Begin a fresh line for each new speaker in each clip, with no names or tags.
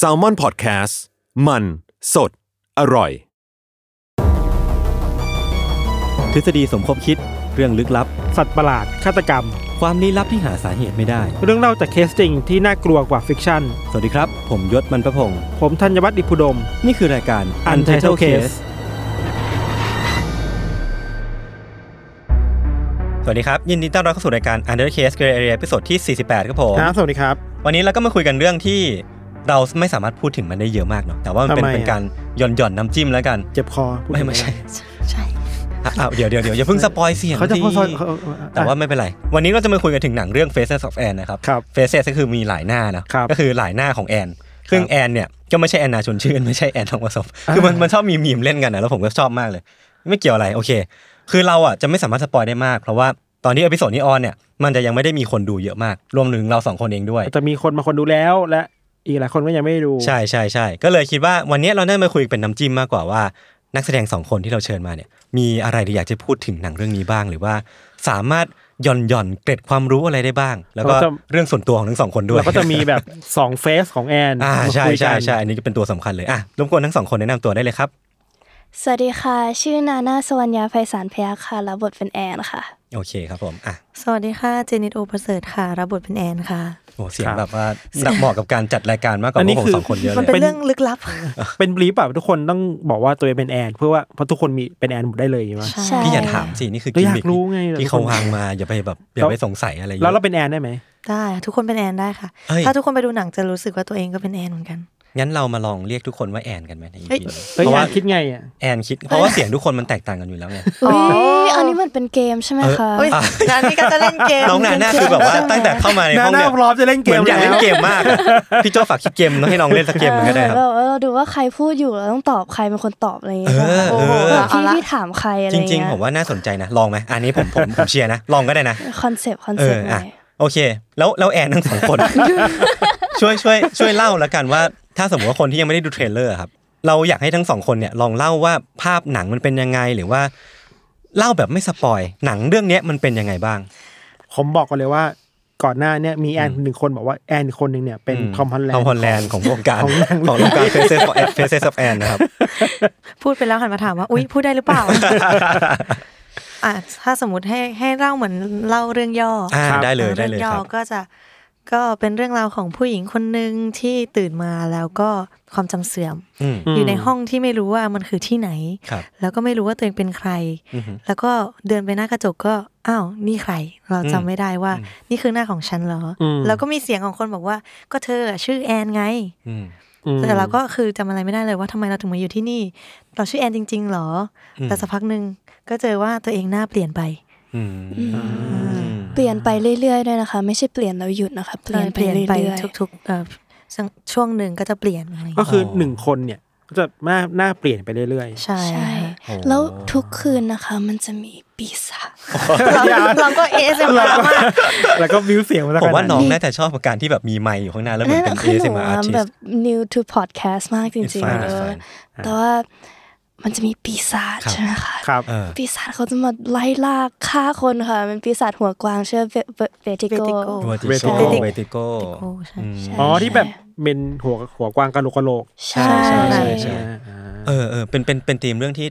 s a l m o n PODCAST มัน สด อร่อย
ทฤษฎีสมคบคิดเรื่องลึกลับ
สัตว์ประหลาด ฆาตกรรม
ความลี้ลับที่หาสาเหตุไม่ได้
เรื่องเล่าจากเคสจริงที่น่ากลัวกว่าฟิกชั่น
สวัสดีครับ ผมยศมันประพงศ์
ผมธัญวัฒน์อิพุดม
นี่คือรายการ Untitled Case สวัสดีครับ ยินดีต้อนรับเข้าสู่รายการ Untitled Case Gray Area ตอนที่ 48 ครับผม
ครับ สวัสดีครับ
วันนี้เราก็มาคุยกันเรื่องที่เราไม่สามารถพูดถึงมันได้เยอะมากเนาะแต่ว่ามันเป็น
ทำไมอะ
เป็นการหย่อนหย่อนๆน้ำจิ้มแล้วกัน
เจ็บคอพูด
ไม่
ถึง
ไม่ใช่
ใช่
อ่ะอ่ะเดี๋ยวเดี๋ยวเดี๋ยวอย่าเพิ่งสปอยเสียง
เขาจะ
สิ
พูดซอยเขาเอาเอา
แต่ว่าไม่เป็นไร วันนี้เราจะมาคุยกันถึงหนังเรื่อง Faces of Anne นะครับ
ครับ
Faces ก็คือมีหลายหน้านะครับก็คือหลายหน้าของแอน ซึ่งแอนเนี่ยก็ไม่ใช่แอนนาชวนชื่น ไม่ใช่แอนทองประสบ คือมันมันชอบมีมีมเล่นกันนะแล้วผมก็ชอบมากเลย ไม่เกี่ยวอะไรโอเค คือเราอ่ะจะไม่สามารถสปอยได้มาก เพราะว่าตอนนี้เอพิโซดนี้ออนเนี่ยมันจะยังไม่ได้มีคนดูเยอะมาก รวมถึงเราสองคนเองด้วย
จะมีคนมาคนดูแล้ว และอีกหลายคนก็ยังไม่ดู
ใช่ใช่ใช่ก็เลยคิดว่าวันนี้เราได้มาคุยเป็นน้ำจิ้มมากกว่าว่า นักแสดงสองคนที่เราเชิญมาเนี่ยมีอะไรที่อยากจะพูดถึงหนังเรื่องนี้บ้าง หรือว่าสามารถหย่อนหย่อนเกร็ดความรู้อะไรได้บ้าง แล้วก็เรื่องส่วนตัวของทั้งสองคนด้วย
เราก็จะมีแบบ 2เฟสของแอน
อ่า
มา
ใช่
คุยกั
ใช่
น
ใช่อันนี้ก็เป็นตัวสำคัญเลยอ่ะรบกวนทั้งสองคนแนะนำตัวได้เลยครับ
สวัสดีค่ะ ชื่อนานาสวรรยาไพศาลพยัคฆ์ค่ะรับบทเป็นแอนค่ะ
โอเคครับผมอ่ะ
สวัสดีค่ะ เจนิตโอประเสริฐค่ะ รับบทเป็นแอนค่ะ
โอ้เสียงแบบว่าเหมาะกับการจัดรายการมากกว่าพวกผมสองคนเยอะ
มัน
เล
เป็น
ย
เรื่องลึก ลับ
เป็นบลีฟแบบทุกคนต้องบอกว่าตัวเองเป็นแอนเพื่อว่าเพราะทุกคนมีเป็นแอนหมดได้เลยใช่ไหม
ใช่
พี่อย่าถามสินี่คือ
เรา
กิ
อ
ม
ยาก
มิค
รู้ไงเรา
ที่เขาวางมาอย่าไปแบบอย่าไปสงสัยอะไรเย
แล้วเรา
อะ
เป็นแอนได้ไหม
ได้ทุกคนเป็นแอนได้ค่ะ
เอ้ย
ถ้าทุกคนไปดูหนังจะรู้สึกว่าตัวเองก็เป็นแอนเหมือนกัน
งั้นเรามาลองเรียกทุกคนว่าแอนกันไหมใน EP
เฮ้ย
นี้
เอ้ย
เพราะ
แอ
ว่า
นคิดไงอ่ะ
แอนคิด เพราะว่าเสียงทุกคนมันแตกต่างกันอยู่แล้วไง
อุ้ยอันนี้มันเป็นเกมใช่ไหมคะ
เอ้ย
อ่ะ
งานนี้ก็จะเล่นเกม
น้องนาหน้าคือแบบว่าตั้งแต่เข้ามาในห้องเนี่ย
พร้อมจะเล่นเก
เหมือ
ม
นอยากเล่นเกมมากอะพี่โจฝากคิดเกมเนอะให้น้องเล่นสักเกมหนึ่งก็ได้ครับ
เออแบบว่าเราดูว่าใครพูดอยู่เราต้องตอบใครเป็นคนตอบอะไรอย่างเงี้ย
เออ
โอ้โห
เออ
แบบพี่พี่ถามใครอะไร
จ
เงี้ย
ริง ๆ ผมว่าน่าสนใจนะ ลองไหมอันนี้ผม ผมผมเชียร์นะ ลองก็ได้นะ
คอนเซปต์คอน
เอ
เซป
อ
ต์
อ่ะโอเค แล้วแล้วแอนทั้งสองคน ช่วยช่วยช่วยเล่าแล้วกันว่า ถ้าสมมติว่าคนที่ยังไม่ได้ดูเทรลเลอร์ครับ เราอยากให้ทั้งสองคนเนี่ยลองเล่าว่าภาพหนังมันเป็นยังไงหรือว่า เล่าแบบไม่สปอยหนังเรื่องเนี้ยมันเป็นยังไงบ้าง
ผมบอกก่อนเลยว่าก่อนหน้าเนี่ยมีแอนหนึ่งคนบอกว่าแอนอีกคนหนึ่งเนี่ยเป็นทอมฮอลแลนด์
ทอมฮอลแลนด์ของวงการ
ของหนัง
ของวงการเฟซเซสของเฟซเซสแอนนะครับ
พูดไปแล้วหันมาถามว่า อุ้ยพูดได้หรือ เปล่า อ่ะถ้าสมมติให้ให้เล่าเหมือนเล่าเรื่องย่อ
อ่า
ครับ
ได้เลยได้
รื่อ
เลย
งย่อ
ครับ
ก็จะก็เป็นเรื่องราวของผู้หญิงคนหนึ่งที่ตื่นมาแล้วก็ความจำเสื่อม
อืม
อยู่ในห้องที่ไม่รู้ว่ามันคือที่ไหน
ครับ
แล้วก็ไม่รู้ว่าตัวเองเป็นใคร
อือหือ
แล้วก็เดินไปหน้ากระจกก็อ้าวนี่ใคร เรา
อืม
จำไม่ได้ว่า
อืม
นี่คือหน้าของฉันเหรออ
ม
แล้วก็มีเสียงของคนบอกว่า ก็เธออะชื่อแอนไง
อืม
อืม
แต่เราก็คือจำอะไรไม่ได้เลยว่าทำไมเราถึงมาอยู่ที่นี่ เราชื่อแอนจริง ๆเหรออ
ม
แต่สักพักหนึ่งก็เจอว่าตัวเองหน้าเปลี่ยนไป
อืม
เปลี่ยนไปเรื่อยๆด้วยนะคะ ไม่ใช่เปลี่ยนแล้วหยุดนะคะ เปลี่ยนไป
เปลี่ยน
เรื่
ไป
อย
ทุกๆเอ่อช่วงหนึ่งก็จะเปลี่ยนอะไรอย่าง
ก็
เงี้ย
คือหนึ่งคนเนี่ยก็จะหน้าหน้าเปลี่ยนไปเรื่อย
ใช่
ๆใช่
ค่ะ
แล้วทุกคืนนะคะ มันจะมีปีศาจ
เราเราก็เอสเอ็มมาก
ๆ แล้วก็วิวเสียงมา
ผมว่าน้องน่าจะชอบกับการที่แบบมีไมค์อยู่ข้างหน้าแล้วเหมือนเป็น
คือหนู
ASMR
อะ
artist
แบบ new to podcast มาก
It's
จริง
fine, it's
ๆเออ
fine
แต่ว่ามันจะมีปีศาจ
ครับ
ใช่ไหมคะ
ครับ
เออ
ปีศาจเขาจะมาไล่ล่าฆ่าคนค่ะ มันปีศาจหัวกวางชื่อเวติ
เบ
โก
ติโก
เวติโก
Vertigo
เวติโก
Vertigo ใช่
อ๋อที่แบบเป็นหัวหัวกวางกะโหลกกะโหลก
ใช่
ใช่
ใช่ใช่
อ่าอ่า
เออเออเป็นเป็นเป็นธีมเรื่องที่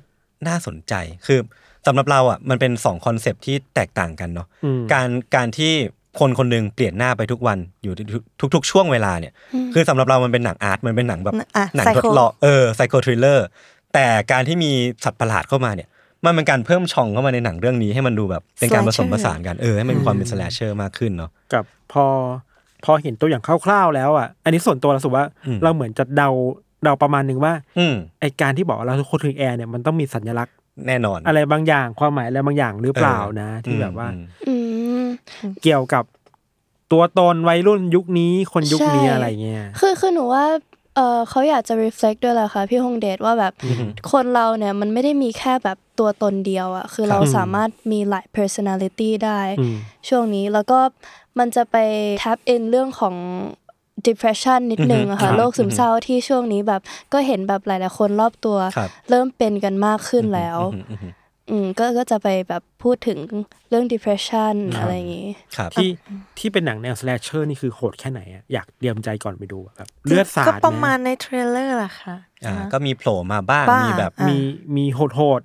น่าสนใจคือสำหรับเราอ่ะมันเป็นสองคอนเซปต์ที่แตกต่างกันเนาะ
อืม
การการที่คนคนหนึ่งเปลี่ยนหน้าไปทุกวันอยู่ทุกทุกๆ ช่วงเวลาเนี่ยคือสำหรับเรามันเป็นหนังอาร์ตมันเป็นหนังแบบ
อ่ะ
หนังทด
Psycho
ลองเออไซโคทริลเลอร์แต่การที่มีสัตว์ประหลาดเข้ามาเนี่ยมันเป็นการเพิ่มช่องเข้ามาในหนังเรื่องนี้ให้มันดูแบบเป็นการผ
Slasher
สมผสานกันเออให้มันมีความเป็น
อื
ส
ม
แลชเชอร์มากขึ้นเนาะ
กับพอพอเห็นตัวอย่างคร่าวๆแล้วอ่ะ อันนี้ส่วนตัวเรารู้สึกว่า
อืม
เราเหมือนจะเดาเดาประมาณหนึ่งว่า
อืม
ไอการที่บอกว่าเราทุกคนคือแอร์เนี่ยมันต้องมีสัญลักษณ์
แน่นอน
อะไรบางอย่างความหมายอะไรบางอย่างหรือเปล่านะ ที่แบบว่า
อืม
อืม
เกี่ยวกับ ตัวตนวัยรุ่นยุคนี้คนยุคนี้อะไรเงี้ย
คือคือหนูว่าเออเขาอยากจะ reflect ด้วยแหละค่ะพี่ฮงเดชว่าแบบคนเราเนี่ยมันไม่ได้มีแค่แบบตัวตนเดียวอะคือเรา
ครับ
สามารถมีหลาย personality ได้
อืม
ช่วงนี้แล้วก็มันจะไป tap in เรื่องของ depression นิดนึงอะค่ะ
อือฮึ
โรคซึมเศร้าที่ช่วงนี้แบบก็เห็นแบบหลาย ๆ คนรอบตัว
ครับ
เริ่มเป็นกันมากขึ้นแล้ว
อืมอืมอืม
อืมก็ก็จะไปแบบพูดถึงเรื่อง depression อะไรอย่างงี้
ครับ
ที่ที่เป็นหนังแนวสแลชเชอร์นี่คือโหดแค่ไหนอะอยากเตรียมใจก่อนไปดูอะแบบเลือดสาด
ก็ประ
ไห
มาณในเทรลเลอร์ล่ะค่ะ
อ่าก็มีโผล่มาบ้าง
บ้าง
มีแบบ
อ่ามี
มีมีโหดโหด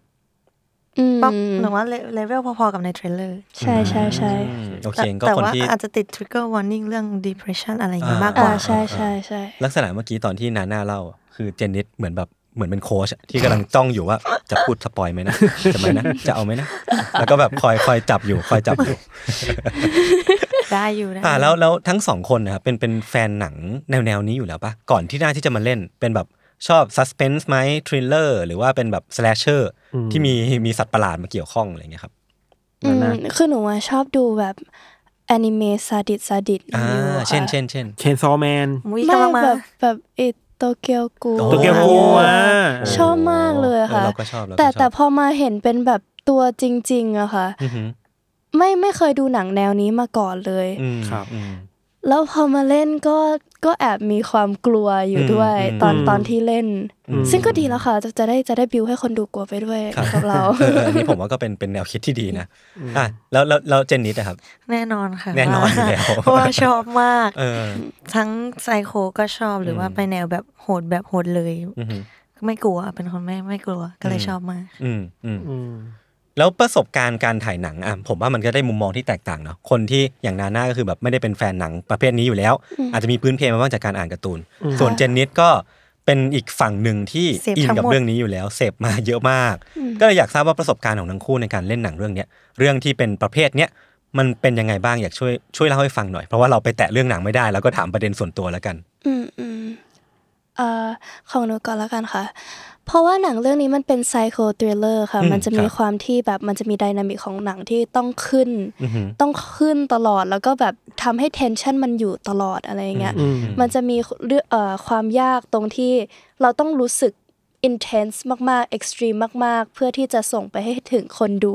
อืม
ป๊อปหนูว่าเลเวลพอๆกับในเทรลเลอร์
ใช่ใช่ใช่
อืมโอเค
แต่
ก็
แต่
คน
ว่า
ที่
อาจจะติด trigger warning เรื่อง depression อะไรอย่างงี้
อ่าม
มากก
อ่า
ว่า
ใช่ใช่ใช่
ลักษณะเมื่อกี้ตอนที่นาน่าเล่าอะคือเจนนิสเหมือนแบบเหมือนเป็นโค้ชอะที่กำลังจ้องอยู่ว่า จะพูดสปอยไหมนะจะไหมนะจะเอาไหมนะ แล้วก็แบบคอยคอยจับอยู่คอยจับอยู่
ได้อยู่ได้
อ่าแล้วแล้วทั้งสองคนนะครับเป็นเป็นแฟนหนังแนวแนวๆนี้อยู่แล้วปะก่อนที่น่าที่จะมาเล่น เป็นแบบชอบซัสเพนส์ไหมทริลเลอร์หรือว่าเป็นแบบสแลชเชอร์ที่มีมีสัตว์ประหลาดมาเกี่ยวข้องอะไรเงี้ยครับ
อืมคือหนูอะชอบดูแบบแอนิเมะซาดิสซาดิส
อ่า
อยู่อะ
เช่นเช่นเช่น
เชนซอแมน
มุ้ย
ไม่
กำลังมา
แบบแบบไอโตเกียวกู
โอ้
โตเกียวกูอ่ะ
ชอบมากเลย
เออ
ค่ะ
เราก็ชอบเราก็
แต่
ชอบ
แต่พอมาเห็นเป็นแบบตัวจริงๆอะค่ะ
อือหือ
ไม่ไม่เคยดูหนังแนวนี้มาก่อนเลย
อืม
ครับ
อืม
แล้วพอมาเล่นก็ก็แอบมีความกลัวอยู่ด้วย
อืม
ตอน
อืม
ตอนที่เล่น
อืม
ซึ่งก็ดีแล้วค่ะ จะจะได้จะได้บิวให้คนดูกลัวไปด้วยกับเรา
เออเอออันนี้ผมว่าก็เป็นเป็นแนวคิดที่ดีนะอ่ะแล้วแล้วแล้วเจนนิสนะครับ
แน่นอนค่ะ
แน่นอนอยู่แล้ว
เพราะว่าชอบมาก
เออ
ทั้งไซโคก็ชอบหรือว่าไปแนวแบบโหดแบบโหดเลย
อือหือ
ไม่กลัวเป็นคนไม่ไม่กลัวก็เล
อื
ย
ม
ชอบมาก
อืมอืม
อืม
แล้วประสบการณ์การถ่ายหนังอ่ะผมว่ามันก็ได้มุมมองที่แตกต่างเนาะคนที่อย่างนาน่าก็คือแบบไม่ได้เป็นแฟนหนังประเภทนี้อยู่แล้ว อาจจะมีพื้นเพมาบ้างจากการอ่านการ์ตูน ส่วนเจนนิสก็เป็นอีกฝั่งหนึ่งที่
เสพ
อิน
ทั้งหมด
กับเรื่องนี้อยู่แล้วเสพมาเยอะมาก ก็เลยอยากทราบว่าประสบการณ์ของทั้งคู่ในการเล่นหนังเรื่องเนี้ยเรื่องที่เป็นประเภทเนี้ยมันเป็นยังไงบ้างอยากช่วยช่วยเล่าให้ฟังหน่อยเพราะว่าเราไปแตะเรื่องหนังไม่ได้แล้วก็ถามประเด็นส่วนตัวแล้วกัน
อืมอืมเอ่อของหนูก่อนแล้วกันค่ะ เพราะว่าหนังเรื่องนี้มันเป็นไซโคทริลเลอร์ค่ะ
อืม
มันจะ
ค
มี
รับ
ความที่แบบมันจะมีไดนามิกของหนังที่ต้องขึ้น
อือหือ
ต้องขึ้นตลอดแล้วก็แบบทำให้เทนชันมันอยู่ตลอดอะไรอย่างเงี้ย
อืม
มันจะมีเรื่องเอ่อความยากตรงที่เราต้องรู้สึก intense มากๆ extreme มาก ๆ เพื่อที่จะส่งไปให้ถึงคนดู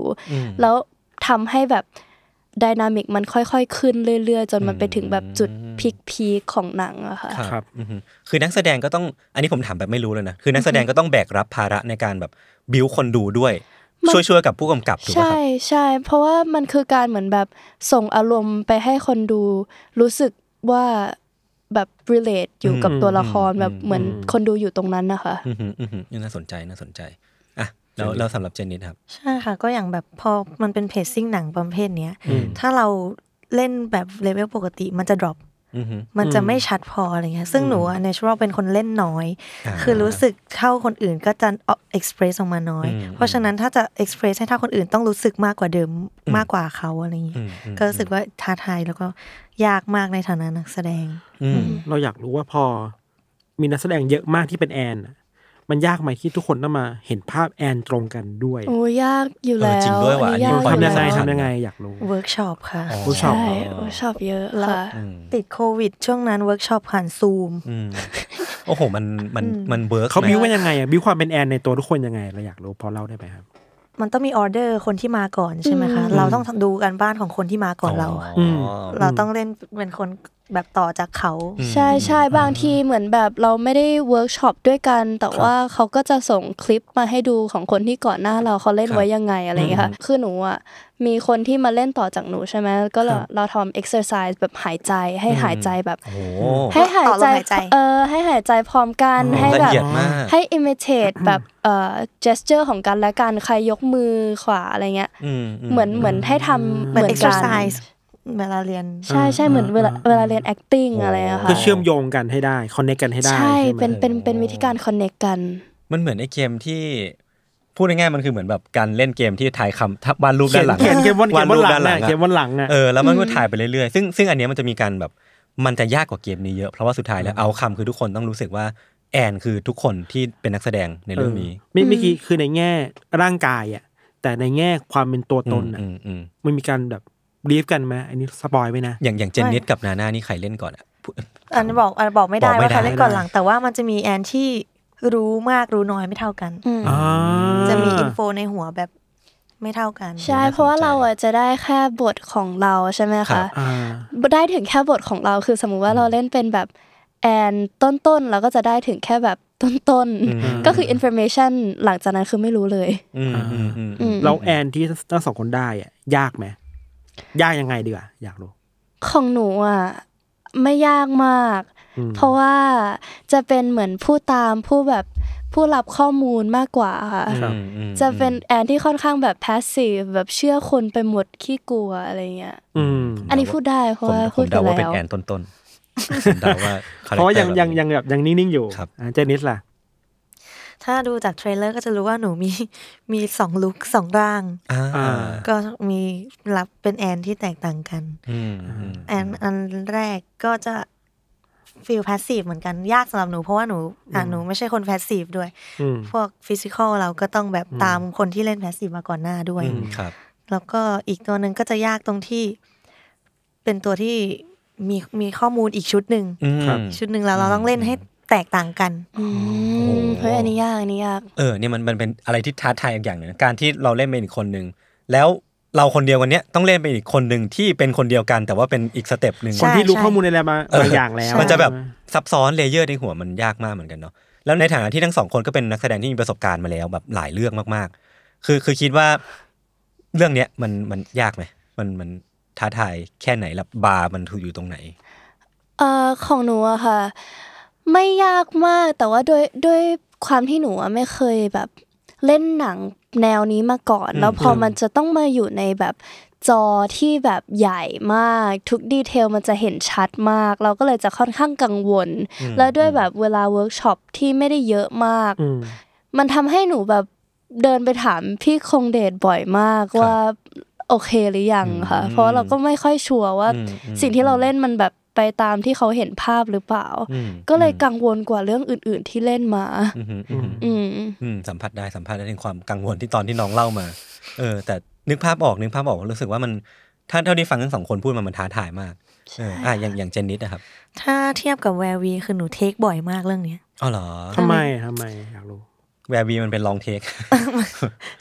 แล้วทำให้แบบดินามิกมันค่อยๆ ขึ้นเรื่อย ๆ จนมันไปถึงแบบจุดพีคๆของหนังอะค่ะ
ครับ
อือฮึคือนักแสดงก็ต้อง อันนี้ผมถามแบบไม่รู้เลยนะ คือนักแสดงก็ต้องแบกรับภาระในการแบบบิวคนดูด้วย
มัน
ช่วยช่วยกับผู้กำกับถูกไหมค
ใช่
รับ
ใช่เพราะว่ามันคือการเหมือนแบบส่งอารมณ์ไปให้คนดู รู้สึกว่าแบบ relate อยู่กับ
อืม
ตัวละครแบบ
อืม
เหมือนคนดูอยู่ตรงนั้นนะคะ
อือฮึอือฮึน่าสนใจน่าสนใจ อ่ะ แล้วแล้วสำหรับเจนนิสครับ
ใช่ค่ะก็อย่างแบบพอมันเป็นเพจซิ่งหนังประเภทเนี้ยถ้าเราเล่นแบบเลเวลปกติมันจะ drop
อือฮึ
มันจะไม่ชัดพออะไรเงี้ยซึ่งหนูเนเชอรัลเป็นคนเล่นน้อย
อ่า
คือรู้สึกเท่าคนอื่นก็จะเอ็กซ์เพรสออกมาน้อย
อืม
เพราะฉะนั้นถ้าจะเอ็กซ์เพรสให้เท่าคนอื่นต้องรู้สึกมากกว่าเดิมมากกว่าเขาอะไรเงี้
อื
ย
มอืม
ก็รู้สึกว่าท้าทายแล้วก็ยากมากในฐานะนักแสดง
อืม
เราอยากรู้ว่าพอ มีนักแสดงเยอะมากที่เป็นแอนอะมันยากไหมที่ทุกคนต้องมาเห็นภาพแอนตรงกันด้วย
โอ้ยยากอยู่
เออ
แล้ว
จริงด้วยว่ะอันนี้
ยาก
ปล่อ
ทำยังไง
ป
ทำยังไงอยากรู้
เวิร์กช็อปค่ะ
อ๋อ
ผู้ชอบ
ใช่โอ้ยชอบเยอะค่ะ
อืม
ติดโควิด ช่วงนั้นเวิร์กช็อปผ่านซูม
อืมโอ้โห มันมันมันเวิร์ก
เขา
ไหม
บิวกันยังไงอะบิวความเป็นแอนในตัวทุกคนยังไงเราอยากรู้พอเล่าได้ไหมครับ
มันต้องมีออเดอร์คนที่มาก่อนใช่ไหมคะ เราต้องดูกันบ้านของคนที่มาก่อนเราค่ะ
อ๋ออ
เราต้องเล่นเป็นคนแบบต่อจากเขา
ใช่ใช่บางทีเหมือนแบบเราไม่ได้เวิร์กช็อปด้วยกัน แต่ว่าเขาก็จะส่งคลิปมาให้ดูของคนที่ก่อนหน้าเราเขาเล่นไว้ยังไงอะไรอย่างเงี้ยค่ะคือหนูอ่ะมีคนที่มาเล่นต่อจากหนูใช่ไหมก็เราเราทำเอ็กซ์เซอร์ไซส์แบบหายใจให้หายใจแบบ
โอ้โห
ให้หาย
ต่อล
ใจ
มหายใจ
เออให้หายใจพร้อมกันให้
ละ
แบบ
เอียดมาก
ให้ imitate แบบเอ่อ gesture ของกันและกันใครยกมือขวาอะไรเงี้ย
อืม
เหมือนเหมือนให้ทำ
เห
เห
มือน
มือน
เอ็กซ์
กั
ไซ
น
ส์เวลาเรียน
ใช่ใช่เหมือนเวลาเวลาเรียน acting อะไรอะค่ะ
เพื่อเชื่อมโยงกันให้ได้คอนเนคกันให้ได้
ใช่
ใช่ไหม
เป็นเป็นเป็นวิธีการคอนเน c กัน
มันเหมือนไอ้เกมที่พูดง่ายๆมันคือเหมือนแบบการเล่นเกมที่ทายคำทับวาดรูปด้านหลัง
เขียนเขียนเกมบน
วาดรูปด้านหลัง
เขียนบนหลังอะ
เออแล้วมันก็ถ่ายไปเรื่อยๆซึ่งซึ่งอันเนี้ยมันจะมีการแบบมันจะยากกว่าเกมนี้เยอะเพราะว่าสุดท้ายแล้วเอาคำคือทุกคนต้องรู้สึกว่าแอนคือทุกคนที่เป็นนักแสดงในเรื่องนี้
ไม่ไม่กี่คือในแง่ร่างกายอ่ะแต่ในแง่ความเป็นตัวตนอ่ะ
อืมอืม
มันมีการแบบ รีฟกันไหมอันนี้สปอยไว้นะ
อย่างอย่างเจนนิสกับนาน่านี่ใครเล่นก่อนอะพูด
อันบอกอันบอกไม่ได้
บอกไม่
ว่าใคร
ได้
เล่นก่อน
ไม่ได้
หลัง แต่ว่ามันจะมีแอนที่รู้มากรู้น้อยไม่เท่ากัน
อืม
อ่า
จะมีอินโฟในหัวแบบไม่เท่ากัน
ใช่เพราะว่าเราอ่ะจะได้แค่บทของเราใช่ไหม
ครั
คะ
บ
อ่า
ได้ถึงแค่บทของเราคือสมมุติว่าเราเล่นเป็นแบบแอนต้นๆเราก็จะได้ถึงแค่แบบต้น
อืม
ๆ ก็คือ information หลังจากนั้นคือไม่รู้เลย
อืมอืมอืม
อืม
เราแอนที่ทั้งสองคนได้อ่ะยากไหมยากยังไงดีกว่าอยากรู้
ของหนูอ่ะไม่ยากมาก
อืม
เพราะว่าจะเป็นเหมือนผู้ตามผู้แบบผู้รับข้อมูลมากกว่าค่ะ
อืมอืม
จะเป็นแอนที่ค่อนข้างแบบ passive แบบเชื่อคนไปหมดขี้กลัวอะไรเงี้ย
อืม
อันนี้พูดได้เพ
ผ
ราะ
ม
ว่า
ผ
พูด
ม
ไป
เดาว่าเป็น
แล้ว
แอนต้นๆผมเดาว่าคแคต
เพราะว่ายังยังยังแบบยังนิ่งๆอยู่
ครับ
อ่าเจนิสล่ะ
ถ้าดูจากเทรลเลอร์ก็จะรู้ว่าหนูมีมีสองลุคสองร่าง
อ่าอ่า
ก็มีรับเป็นแอนที่แตกต่างกัน
อืมอืม
แอนอันแรกก็จะฟีลพาสซีฟเหมือนกันยากสำหรับหนูเพราะว่าหนูอ่ะหนูไม่ใช่คนพาสซีฟด้วย
อืม
พวกฟิสิกอลเราก็ต้องแบบตามคนที่เล่นแพสซีฟมาก่อนหน้าด้วย
อืมครับ
แล้วก็อีกตัวหนึ่งก็จะยากตรงที่เป็นตัวที่มีมีข้อมูลอีกชุดหนึ่ง
อืม
ครับ
ชุดหนึ่งแล้วเราต้องเล่นให้แตกต่างกัน
อื
โอ้
ม
โห
เฮ้ยอันนี้ยากอันนี้ยาก
เออเนี่ยมันมันเป็นอะไรที่ท้าทายอย่างหนึ่งการที่เราเล่นเป็นอีกคนหนึ่งแล้วเราคนเดียววันเนี้ยต้องเล่นเป็นอีกคนหนึ่งที่เป็นคนเดียวกัน แต่ว่าเป็นอีกสเต็ปหนึ่ง
คน
ใช่
ที่รู้
ใช่
ข้อมูลในอะไรมาบางอย่างแล้ว
มันจะแบบ
ใช่ไห
ซับซ้อนเลเยอร์ในหัวมันยากมากเหมือนกันเนาะแล้วในฐานะที่ทั้งสองคนก็เป็นนักแสดงที่มีประสบการณ์มาแล้วแบบหลายเรื่องมากๆ คือคือคิดว่าเรื่องเนี้ยมันมันยากไหมมันมันท้าทายแค่ไหนแลับบาร์มันถูกอยู่ตรงไหน
เอ่อของหนูอะค่ะ ไม่ยากมากแต่ว่าด้วยด้วยความที่หนูอะไม่เคยแบบเล่นหนังแนวนี้มาก่อน แล้วพอมันจะต้องมาอยู่ในแบบจอที่แบบใหญ่มาก ทุกดีเทลมันจะเห็นชัดมาก เราก็เลยจะค่อนข้างกังวล แล้วด้วยแบบเวลาเวิร์กช็อปที่ไม่ได้เยอะมาก
อืม
มันทำให้หนูแบบเดินไปถามพี่คงเดชบ่อยมากว่าโอเคหรือยังค่ะ เพราะว่าเราก็ไม่ค่อยชัวร์ว่า
อืมอืม
สิ่งที่เราเล่นมันแบบไปตามที่เขาเห็นภาพหรือเปล่า
อืม
ก็เลยกังวลกว่าเรื่องอื่น ๆ ที่เล่นมา
อืมอืมอืม
อืม
อืมสัมผัสได้สัมผัสได้ถึงความกังวลที่ตอนที่น้องเล่ามา เออ แต่นึกภาพออกนึกภาพออกรู้สึกว่ามันถ้าเท่าที่ฟังทั้งสองคนพูดมามันท้าทายมากเอออ่ะอย่างอย่างเจนนิสนะครับ
ถ้าเทียบกับแวร์วีคือหนูเทคบ่อยมากเรื่องเนี้ย
อ๋อเหรอ
ทำไมทำไมอยากรู้
แวร์วีมันเป็นลองเทค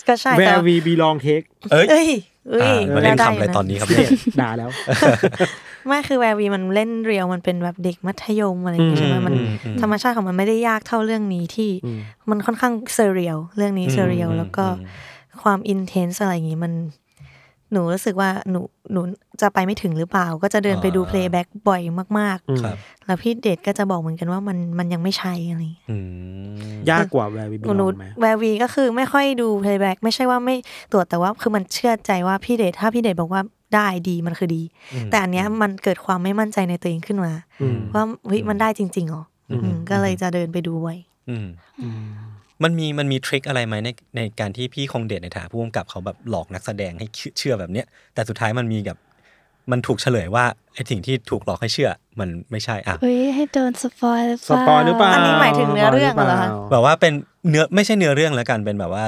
ก็ใช่
แว
แต่
ร์วีบีลองเทค
เอ้ย
เอ้ยเอ้ย
อ่ามาเล่น
ด้
คำอะไร
ยู่ะ
ตอนนี้ครับเนี่ย
ด่าแล้ว
ไม่คือแวร์วีมันเล่นเรียวมันเป็นแบบเด็กมัธยมอะไรอย่างเงี้ยใช่ไหมมัน
อืมอืม
ธรรมชาติของมันไม่ได้ยากเท่าเรื่องนี้ที่
อืม
มันค่อนข้างเซเรียลเรื่องนี้
อืม
เซเรียล
อืม
แล้วก็
อืม
ความอินเทนส์อะไรอย่างนี้มัน หนูรู้สึกว่าหนูหนูจะไปไม่ถึงหรือเปล่า ก็จะเดินไปดูเพลย์แบ็กบ่อยมาก
อืม
ครับ
ๆ แล้วพี่เดชก็จะบอกเหมือนกันว่ามันมันยังไม่ใช่อะไรอย่างงี้
อืม
ยากกว่าแวร์วีบี
ห
ล
นู
องไหม
แวร์วีก็คือไม่ค่อยดูเพลย์แบ็กไม่ใช่ว่าไม่ตรวจแต่ว่าคือมันเชื่อใจว่าพี่เดชถ้าพี่เดชบอกว่าได้ดีมันคือดี แต่อันเนี้ยมันเกิดความไม่มั่นใจในตัวเองขึ้นมา
อืม
ว่าเฮ้ยมันได้จริงๆเหรออ
ม
อืมก็เลยจะเดินไปดูไว้
อืม
อืม
มันมีมันมีทริคอะไรไหมในในการที่พี่คงเดชในฐานะผู้กำกับเขาแบบหลอกนักแสดงให้เชื่อแบบเนี้ย แต่สุดท้ายมันมีกับมันถูกเฉลยว่าไอ้สิ่งที่ถูกหลอกให้เชื่อ มันไม่ใช่อ่ะ
เฮ้ย ให้โดนสปอยหรือเป
ส
ล่า
ปอยหรือเปล่า
อันนี้หมายถึงเนื้อเรื่องเหรอคะ
แบบว่าเป็นเนื้อไม่ใช่เนื้อเรื่องแล้วกันเป็นแบบว่า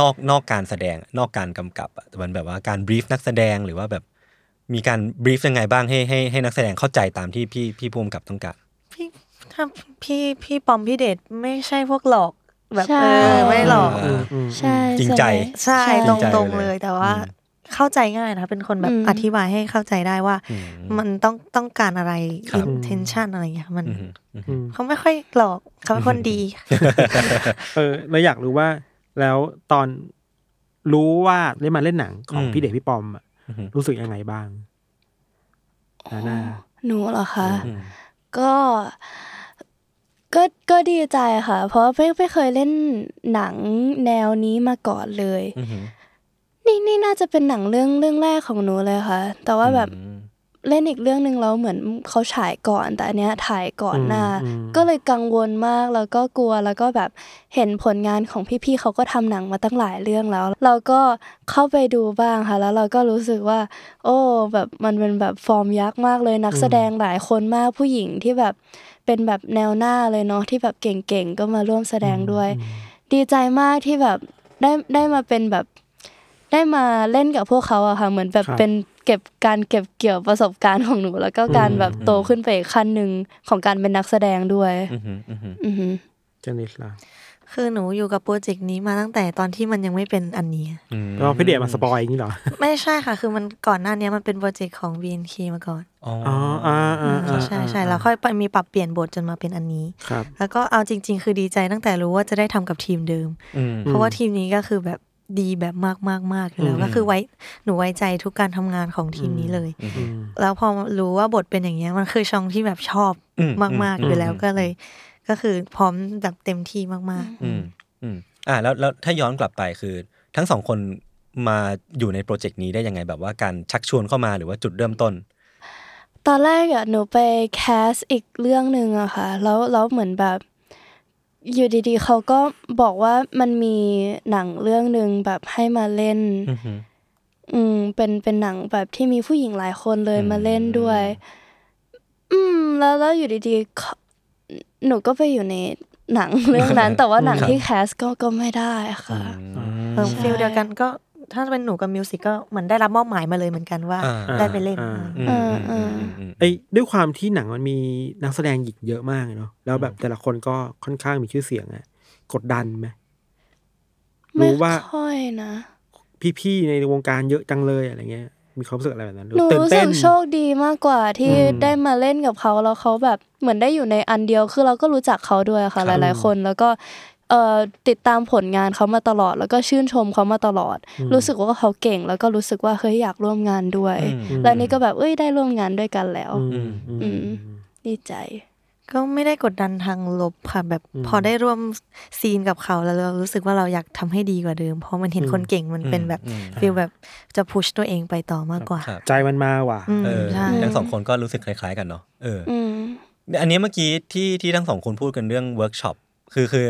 นอกนอกการแสดงนอกการกำกับอะแต่มันแบบว่าการบรีฟนักแสดงหรือว่าแบบมีการบรีฟยังไงบ้างให้ให้ให้นักแสดงเข้าใจตามที่พี่พี่ภูมิกับต้องการ
พี่ถ้าพี่พี่ปอมพี่เดชไม่ใช่พวกหลอกแบบ
ใช่
เออไม่หลอก
อืมอืม
ใช่
จริงใจ
ไหม
ใช่
ใช่
ตรง
จริงใจ
ตรง
เลย
เลยแต่ว่า
อืม
เข้าใจง่ายนะเป็นคนแบ
อื
บ
ม
อธิบายให้เข้าใจได้ว่า
อืม
มันต้องต้องการอะไร
ครับ
intention อะไรอย่างเงี้ยมัน
อืมอืม
อืม
เขาไม่ค่อยหลอกเขาเป็นคน ดี
เออเราอยากรู้ว่าแล้วตอนรู้ว่าได้มาเล่นหนังของพี่เดชพี่ปอมอะรู้สึกยังไงบ้างนาน่า
หนูเหรอคะ
อืม
ก็ก็ก็ดีใจค่ะ เพราะไม่ไม่เคยเล่นหนังแนวนี้มาก่อนเลย
อืม
นี่นี่น่าจะเป็นหนังเรื่องเรื่องแรกของหนูเลยค่ะ แต่ว่าแบบ
อืม
เล่นอีกเรื่องหนึ่งแล้วเหมือนเขาฉายก่อน แต่อันเนี้ยถ่ายก่อนหน้า
อืม
ก็เลยกังวลมากแล้วก็กลัวแล้วก็แบบเห็นผลงานของพี่ๆเขาก็ทำหนังมาตั้งหลายเรื่องแล้ว เราก็เข้าไปดูบ้างค่ะ แล้วเราก็รู้สึกว่า โอ้แบบมันเป็นแบบฟอร์มยักษ์มากเลยนักแสดงหลายคนมากผู้หญิงที่แบบเป็นแบบแนวหน้าเลยเนาะที่แบบเก่งๆก็มาร่วมแสดงด้วย ดีใจมากที่แบบได้ได้มาเป็นแบบได้มาเล่นกับพวกเขาอะค่ะ เหมือนแบบเป็น เก็บการเก็บเกี่ยวประสบการณ์ของหนู แล้วก็การแบบโตขึ้นไปอีกขั้นหนึ่งของการเป็นนักแสดงด้วย
อือหืออือหือ
อือหือ
เจนิสล่ะ
คือหนูอยู่กับโปรเจกต์นี้มาตั้งแต่ตอนที่มันยังไม่เป็นอันนี้
อืม
แล้วพี่เดชมาสปอยอย่างนี้เหรอ
ไม่ใช่ค่ะ คือมันก่อนหน้านี้มันเป็นโปรเจกต์ของ BNK มาก่อน
อ๋อ
อ๋ออ่าอ่าอ่า
ใช่ใช่แล้วค่อยไปมีปรับเปลี่ยนบทจนมาเป็นอันนี้
ครับ
แล้วก็เอาจริง ๆ คือดีใจตั้งแต่รู้ว่าจะได้ทำกับทีมเดิม
อืม
เพราะว่าทีมนี้ก็คือแบบดีแบบมากมากมากอยู่แล้ว
อืม
ก็คือไว้หนูไว้ใจทุกการทำงานของทีมนี้เลย
อืม
แล้วพอรู้ว่าบทเป็นอย่างเงี้ยมันคือช่องที่แบบชอบ
อืม
มาก
อืม
ๆอยู่แล้วก็เลย ก็คือพร้อมแบบเต็มที่มาก
อืมอืมอ่าแล้วแล้วถ้าย้อนกลับไปคือ ทั้งสองคนมาอยู่ในโปรเจกต์นี้ได้ยังไงแบบว่าการชักชวนเข้ามาหรือว่าจุดเริ่มต้น
ตอนแรกอะหนูไปแคสอีกเรื่องหนึ่งอะค่ะ แล้วแล้วเหมือนแบบ อยู่ดีๆ เขาก็บอกว่ามันมีหนังเรื่องหนึ่งแบบให้มาเล่น อืมเป็นเป็นหนังแบบที่มีผู้หญิงหลายคนเลย
อืม
มาเล่นด้วย อืม แล้วแล้วอยู่ดีๆเขาหนูก็ไปอยู่ในหนัง เรื่อง นั้น แต่ว่าหนังที่แคสก็ก็ไม่ได้ค่ะ
ๆเออฟิลเดียวกันก็ถ้าเป็นหนูกับมิวสิกก็เหมือนได้รับมอบหมายมาเลยเหมือนกันว่า
อ่า
ได้ไปเล่น
อืม
อ่า
ม
เออเอออื
มม
ไอ้ยด้วยความที่หนังมันมีนักแสดงหญิงเยอะมากเลยเนาะแล้วแบบแต่ละคนก็ค่อนข้างมีชื่อเสียงอะกดดันไหม
ไม่
รู้ว่า
ค่อยนะ
พี่ๆในวงการเยอะจังเลยอะไรเงี้ย มีความรู้สึกอะไรแบบนั้นหรือ
หนู
ตื่น
รู้
เต้
สึ
น
กโชคดีมากกว่าที่
อืม
ได้มาเล่นกับเขาแล้วเขาแบบเหมือนได้อยู่ในอันเดียวคือเราก็รู้จักเขาด้วยค่ะ หลาย ๆ คนแล้วก็เอ่อติดตามผลงานเขามาตลอด แล้วก็ชื่นชมเขามาตลอด รู้สึกว่าเขาเก่ง แล้วก็รู้สึกว่าเฮ้ยอยากร่วมงานด้วย
อืม
แล้วนี่ก็แบบเอ้ยได้ร่วมงานด้วยกันแล้ว
อืมอืม
อืม ดีใจ
ก็ไม่ได้กดดันทางลบค่ะ แบบพอได้ร่วมซีนกับเขาแล้วเรารู้สึกว่าเราอยากทำให้ดีกว่าเดิม เพราะมันเห็น
อืม
คนเก่งมันเป็นแบบ
อืม
ฟิลแบบจะพุชตัวเองไปต่อมากกว่า
ครับ
ใจมันมาว่ะ
อืม
เออ
ใช่
ทั้งสองคนก็รู้สึกคล้าย ๆ กันเนาะเออ
อืม
เนี่ยอันนี้เมื่อกี้ที่ที่ทั้งสองคนพูดกันเรื่องเวิร์กช็อปคือคือ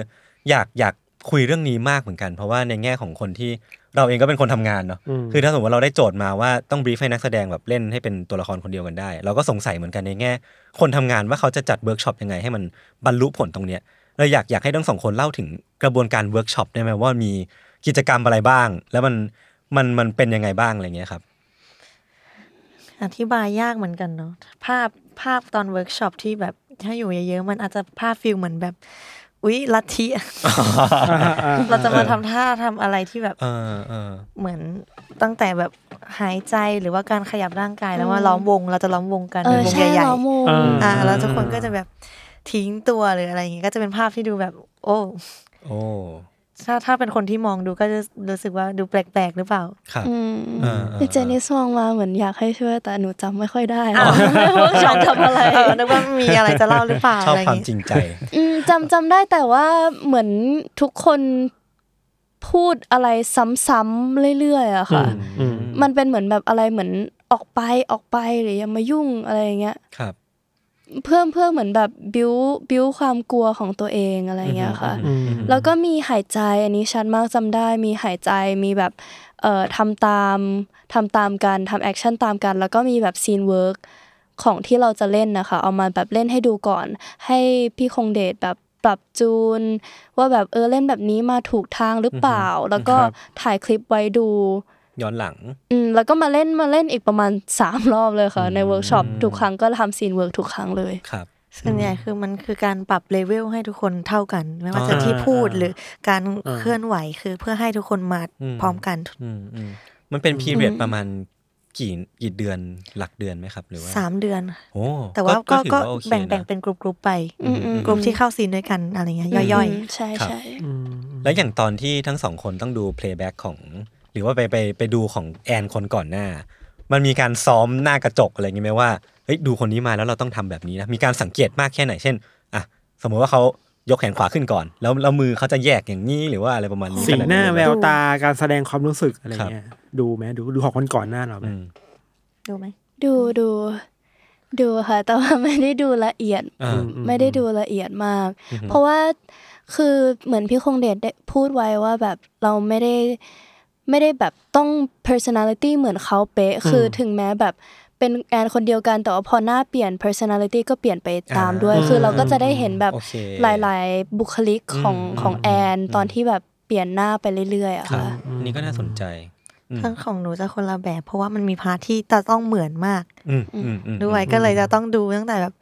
อยากอยากคุยเรื่องนี้มากเหมือนกัน เพราะว่าในแง่ของคนที่เราเองก็เป็นคนทำงานเนาะ
อืม
คือถ้าสมมติว่าเราได้โจทย์มาว่าต้องบรีฟให้นักแสดงแบบเล่นให้เป็นตัวละครคนเดียวกันได้ เราก็สงสัยเหมือนกันในแง่ คนทำงานว่าเขาจะจัดเวิร์กช็อปยังไงให้มันบรรลุผลตรงเนี้ยเราอยากอยากให้ทั้งสองคนเล่าถึงกระบวนการเวิร์กช็อปได้ไหมว่ามีกิจกรรมอะไรบ้าง แล้วมันมันมันเป็นยังไงบ้างอะไรเงี้ยครับ
อธิบายยากเหมือนกันเนาะภาพภาพตอนเวิร์กช็อปที่แบบถ้าอยู่เยอะๆมันอาจจะภาพฟิลเหมือนแบบอุ๊ยลัทธิ เราจะมาทำท่าทำอะไรที่แบบ
เออเออ
เหมือนตั้งแต่แบบหายใจหรือว่าการขยับร่างกายแล้วว่าล้อมวง เราจะล้อมวงกัน
เอ
เป็น
อ
วง
ใช่
ใหญ่
ล้อมวง
เออ
ๆอ่าแล้วทุกคนก็จะแบบทิ้งตัวหรืออะไรอย่างงี้ก็จะเป็นภาพที่ดูแบบ โอ้
โอ้
ถ้าถ้าเป็นคนที่มองดูก็จะรู้สึกว่าดูแปลกๆหรือเปล่า
ครับ
อืม
อ่าอ่า
พี่เจนิสมองมาเหมือนอยากให้ช่วยแต่หนูจำไม่ค่อยได้ อะว่าชอบทำอะไร
เออนึกว่ามีอะไรจะเล่าหรือเปล่า
ชอบ
อะไรอ
ควา
ย่าม ง
จ
งี้
ริงใจ
อืมจำจำได้แต่ว่าเหมือนทุกคนพูดอะไรซ้ำๆเรื่อยๆอะค่ะ
อืม
มันเป็นเหมือนแบบอะไรเหมือนออกไปออกไปหรืออย่ามายุ่งอะไรอย่างเงี้ย
ครับ
เพื่อเพื่อเหมือนแบบบิวบิวความกลัวของตัวเองอะไรอย่างเงี้ยค่ะ
อืม
แล้วก็มีหายใจอันนี้ชัดมากจำได้ มีหายใจมีแบบเอ่อทำตามทำตามกันทำแอคชั่นตามกัน แล้วก็มีแบบซีนเวิร์กของที่เราจะเล่นนะคะ เอามาแบบเล่นให้ดูก่อน ให้พี่คงเดชแบบปรับจูน ว่าแบบเออเล่นแบบนี้มาถูกทางหรือเปล่า แล้วก็
ครับ
ถ่ายคลิปไว้ดู
ย้อนหลัง
อืมแล้วก็มาเล่นมาเล่นอีกประมาณ 3 รอบเลยค่ะ ในเวิร์กช็อปทุกครั้งก็ทำซีนเวิร์กทุกครั้งเลย
ครับ
ส่วนใหญ่คือมันคือการปรับเลเวลให้ทุกคนเท่ากัน ไม่ว่าจะ
อ่า
ที่พูดหรือการ
อ่า
เคลื่อนไหวคือเพื่อให้ทุกคนมา
อืม
พร้อมกัน
อืมอืมมันเป็นพีเรียดประมาณกี่กี่เดือนหลักเดือนไหมครับ หรือว่า
สามเดือน
โอ้
แต่ว่าก็
ถือ
ก็
ว่าโอเค
แบ่งแบ่ง
นะ
เป็นกลุ่มๆไป
อืมอืม
กลุ่มที่เข้าซีนด้วยกันอะไรเงี้ยย่อย
มใช่
ครับ
ใช่
อืม
แล้วอย่างตอนที่ทั้งสองคนต้องดู playback ของ หรือว่าไปไปไปดูของแอนคนก่อนหน้า มันมีการซ้อมหน้ากระจกอะไรอย่างงี้ไหมว่าเฮ้ยดูคนนี้มาแล้วเราต้องทำแบบนี้นะมีการสังเกตมากแค่ไหนเช่นอ่ะสมมติว่าเขายกแขนขวาขึ้นก่อน แล้วแล้วมือเขาจะแยกอย่างนี้หรือว่าอะไรประมาณนี้
สีหน้า
ขด
แว
เลย
วตาการแสดงความรู้สึกอะไร
ครับ
เงี้ยดูไหมดูดูของคนก่อนหน้าเราไหม
อืม
ๆดูไหม
ดูดูดูค่ะแต่ว่าไม่ได้ดูละเอียด
อ่า
อื
ไม่ได้ดูละเอียดมาก เพราะว่าคือเหมือนพี่คงเดชได้พูดไว้ว่าแบบเราไม่ได้ไม่ได้แบบต้อง personality เหมือนเขาเป๊ะคือถึงแม้แบบเป็นแอนคนเดียวกันแต่ว่าพอหน้าเปลี่ยน personality ก็เปลี่ยนไปตามด้วย
อ่า
คือเราก็จะได้เห็นแบบ
โอเค
หลาย ๆ บุคลิกของ
อืม
ของ
อืม
แอน
อืม
ตอนที่แบบเปลี่ยนหน้าไปเรื่อยๆอะ
ครับ
ค่ะ
นี่ก็น่าสนใจ อืม
ทั้งของหนูจะคนละแบบ เพราะว่ามันมีพาร์ทที่จะต้องเหมือนมาก
อืมอืมอืม
ด้วยก็เลยจะต้องดูตั้งแต่แบบ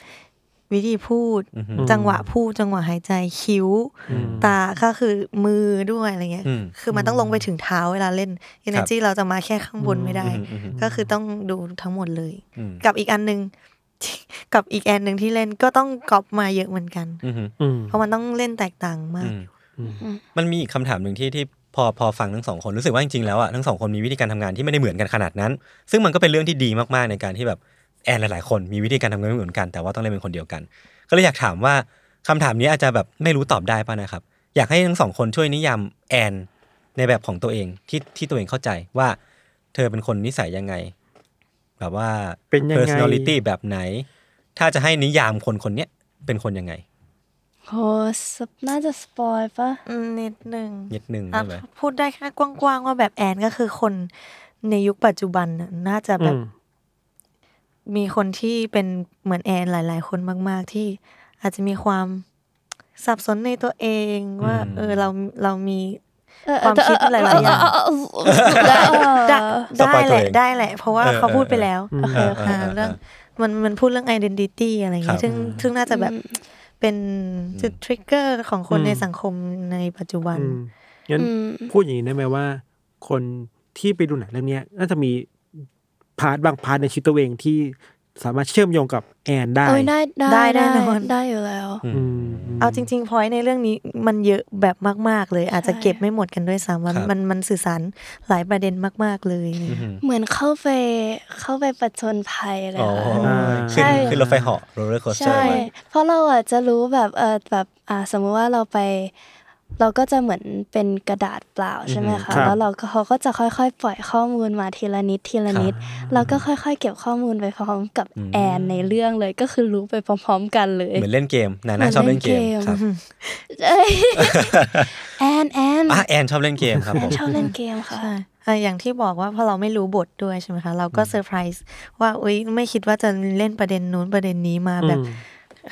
วิธีพูด
อืม
จังหวะพูดจังหวะหายใจคิ้ว
อืม
ตาก็คือมือด้วยอะไรเงี้ย
อืม
คือมันต้องลงไปถึงเท้าเวลาเล่น energy เราจะมาแค่ข้างบนไม่ได้
อืมอืมอืม
ก็คือต้องดูทั้งหมดเลย
อืม
กับอีกอันหนึ่ง กับอีกแอนหนึ่งที่เล่นก็ต้องกอบมาเยอะเหมือนกัน
อืม
อืม
เพราะมันต้องเล่นแตกต่างมาก
มันมีอีกคำถามหนึ่งที่ที่พอพอฟังทั้งสองคนรู้สึกว่าจริงๆแล้วอ่ะทั้งสองคนมีวิธีการทำงานที่ไม่ได้เหมือนกันขนาดนั้น ซึ่งมันก็เป็นเรื่องที่ดีมากๆในการที่แบบแอนหลายๆ คนมีวิธีการทำงานไม่เหมือนกันแต่ว่าต้องเล่นเป็นคนเดียวกัน ก็เลยอยากถามว่าคำถามนี้อาจจะแบบไม่รู้ตอบได้ป่ะนะครับ อยากให้ทั้งสองคนช่วยนิยามแอนในแบบของตัวเองที่ที่ตัวเองเข้าใจว่า เธอเป็นคนนิสัยยังไง แบบว่า
เป็นยังไง
personality แบบไหน ถ้าจะให้นิยามคนคนเนี้ยเป็นคนยังไง
โหสปน่าจะสปอยปะ
อืมนิดนึง
นิดนึง
อ่ะ
ได้ไหม
พูดได้แค่กว้างๆว่าแบบแอนก็คือคนในยุคปัจจุบันน่ะน่าจะแบบ
อืม
มีคนที่เป็นเหมือนแอนหลาย ๆ คนมาก ๆ ที่อาจจะมีความสับสนในตัวเองว่า เออเราเรามี
เออ
ความคิดหลายๆอย่าง
เเเออได้
ได้ได้
สปอย
แห
ตัว
ละ
เอง
ได้แหละ เพราะว่า
เออ
เขาพูดไปแล้ว
เออเออ
เออค่ะเรื่องมันมันพูดเรื่อง identity อะไรอย่าง
ครั
เงี้ย
บ
ซึ่งซึ่งน่าจะแบบเป็นจุด trigger ของคนในสังคมในปัจจุบัน
อืมงั้น
อืม
พูดอย่างนี้ได้ไหมว่า คนที่ไปดูหนังเรื่องเนี้ยน่าจะมีพาร์ทบางพาร์ทในชีวิตตัวเองที่สามารถเชื่อมโยงกับแอนได้
โอ้ยได้ได้
ได้แน่นอน
ได้อยู่แล้ว
อืม
เอาจริง ๆ พอยในเรื่องนี้มันเยอะแบบมาก ๆ เลย อาจจะเก็บไม่หมดกันด้วยซ้ำมัน
ครับ
มันมันสื่อสารหลายประเด็นมาก ๆ เลย
เหมือนเข้าไปเข้าไปประชนภัยเลย
อ๋อ
ค่ะ
ขึ้น
ใช่
ขึ้นรถไฟเหาะโรลเลอร์โคสเตอ
ใช่
ร์
เพราะเราอ่ะจะรู้แบบเออแบบอ่าสมมุติว่าเราไป เราก็จะเหมือนเป็นกระดาษเปล่าใช่ไหม
อือฮึ
คะ
ครับ
แล้วเราก็เขาก็จะค่อยๆ ปล่อยข้อมูลมาทีละนิดทีละนิด เราก็ค่อยๆ เก็บข้อมูลไปพร้อมกับ
อืม
แอนในเรื่องเลยก็คือรู้ไปพร้อมๆ กันเลย
เหมือนเล่นเกมนาน่าชอบเล่นเกม
เหมือนเล่นเกม
ครับ
เอ้ยแอนแอน
อ่ะแอนชอบเล่นเกมครับ
แอ
ผ
น
ม
ชอบเล่นเกมค่ะ
ใช่อ่ะอย่างที่บอกว่าพอเราไม่รู้บทด้วยใช่ไหมคะ เราก็เซอร์ไพรส์ว่าอุ้ยไม่คิดว่าจะเล่นประเด็นนู้นประเด็นนี้มา
แบ
แบบ บ